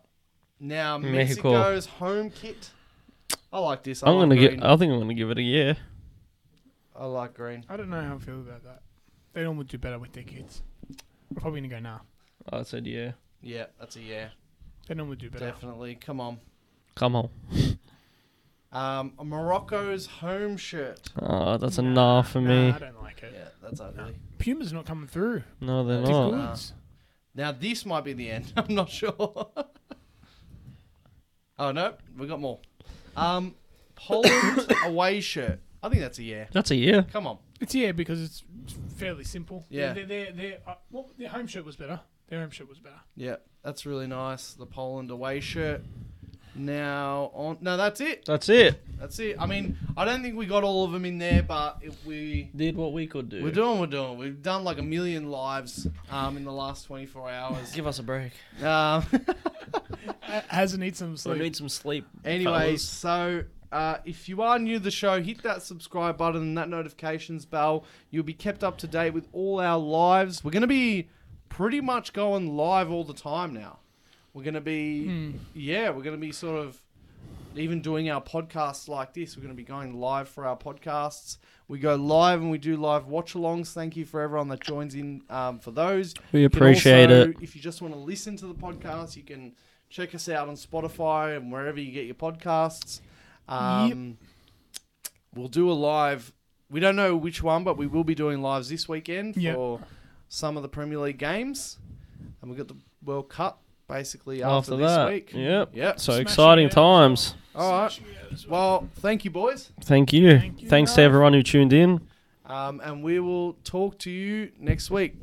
S1: Now
S2: Mexico.
S1: Mexico's home kit. I like this. I
S2: I'm
S1: like
S2: gonna
S1: green.
S2: give. I think I'm gonna give it a yeah.
S1: I like green.
S3: I don't know how I feel about that. They normally do better with their kids. We're probably gonna go nah.
S2: I said yeah.
S1: Yeah, that's a yeah.
S3: They normally do better.
S1: Definitely. Come on.
S2: Come on.
S1: Um, Morocco's home shirt.
S2: Oh, that's a nah for me.
S3: Nah, I don't like it.
S1: Yeah, that's ugly.
S3: Puma's not coming through.
S2: No, they're
S1: It's
S3: The
S2: not.
S1: good.
S3: goods.
S1: Now this might be the end. I'm not sure. oh no, we got more. Um, Poland away shirt. I think that's a yeah.
S2: That's a yeah.
S1: Come on.
S3: It's yeah because it's fairly simple.
S1: Yeah.
S3: Their their their uh, well, their home shirt was better. Their home shirt was better.
S1: Yeah, that's really nice. The Poland away shirt. Now on. No, that's it.
S2: That's it.
S1: That's it. I mean, I don't think we got all of them in there, but if we
S2: Did what we could do.
S1: we're doing, we're doing. We've done like a million lives um, in the last 24 hours.
S2: Give us a break.
S1: Um,
S3: A- Hasn't eaten some
S2: We
S3: sleep.
S2: need some sleep.
S1: Anyway,
S2: fellas.
S1: so uh, if you are new to the show, hit that subscribe button and that notifications bell. You'll be kept up to date with all our lives. We're going to be pretty much going live all the time now. We're going to be,
S3: Hmm.
S1: yeah, we're going to be sort of even doing our podcasts like this. We're going to be going live for our podcasts. We go live and we do live watch alongs. Thank you for everyone that joins in um, for those.
S2: We
S1: You can
S2: appreciate
S1: also,
S2: it.
S1: If you just want to listen to the podcast, you can check us out on Spotify and wherever you get your podcasts. Um, We'll do a live. We don't know which one, but we will be doing lives this weekend
S3: Yep.
S1: for some of the Premier League games. And we've got the World Cup basically after,
S2: After
S1: this
S2: that.
S1: week.
S2: Yep.
S1: Yep.
S2: So
S3: Smashing
S2: exciting
S3: it out.
S2: times.
S1: All right.
S3: Smashing it as well.
S1: Well, thank you, boys.
S2: Thank you.
S3: Thank you.
S2: Thanks to everyone who tuned in.
S1: Um, and we will talk to you next week.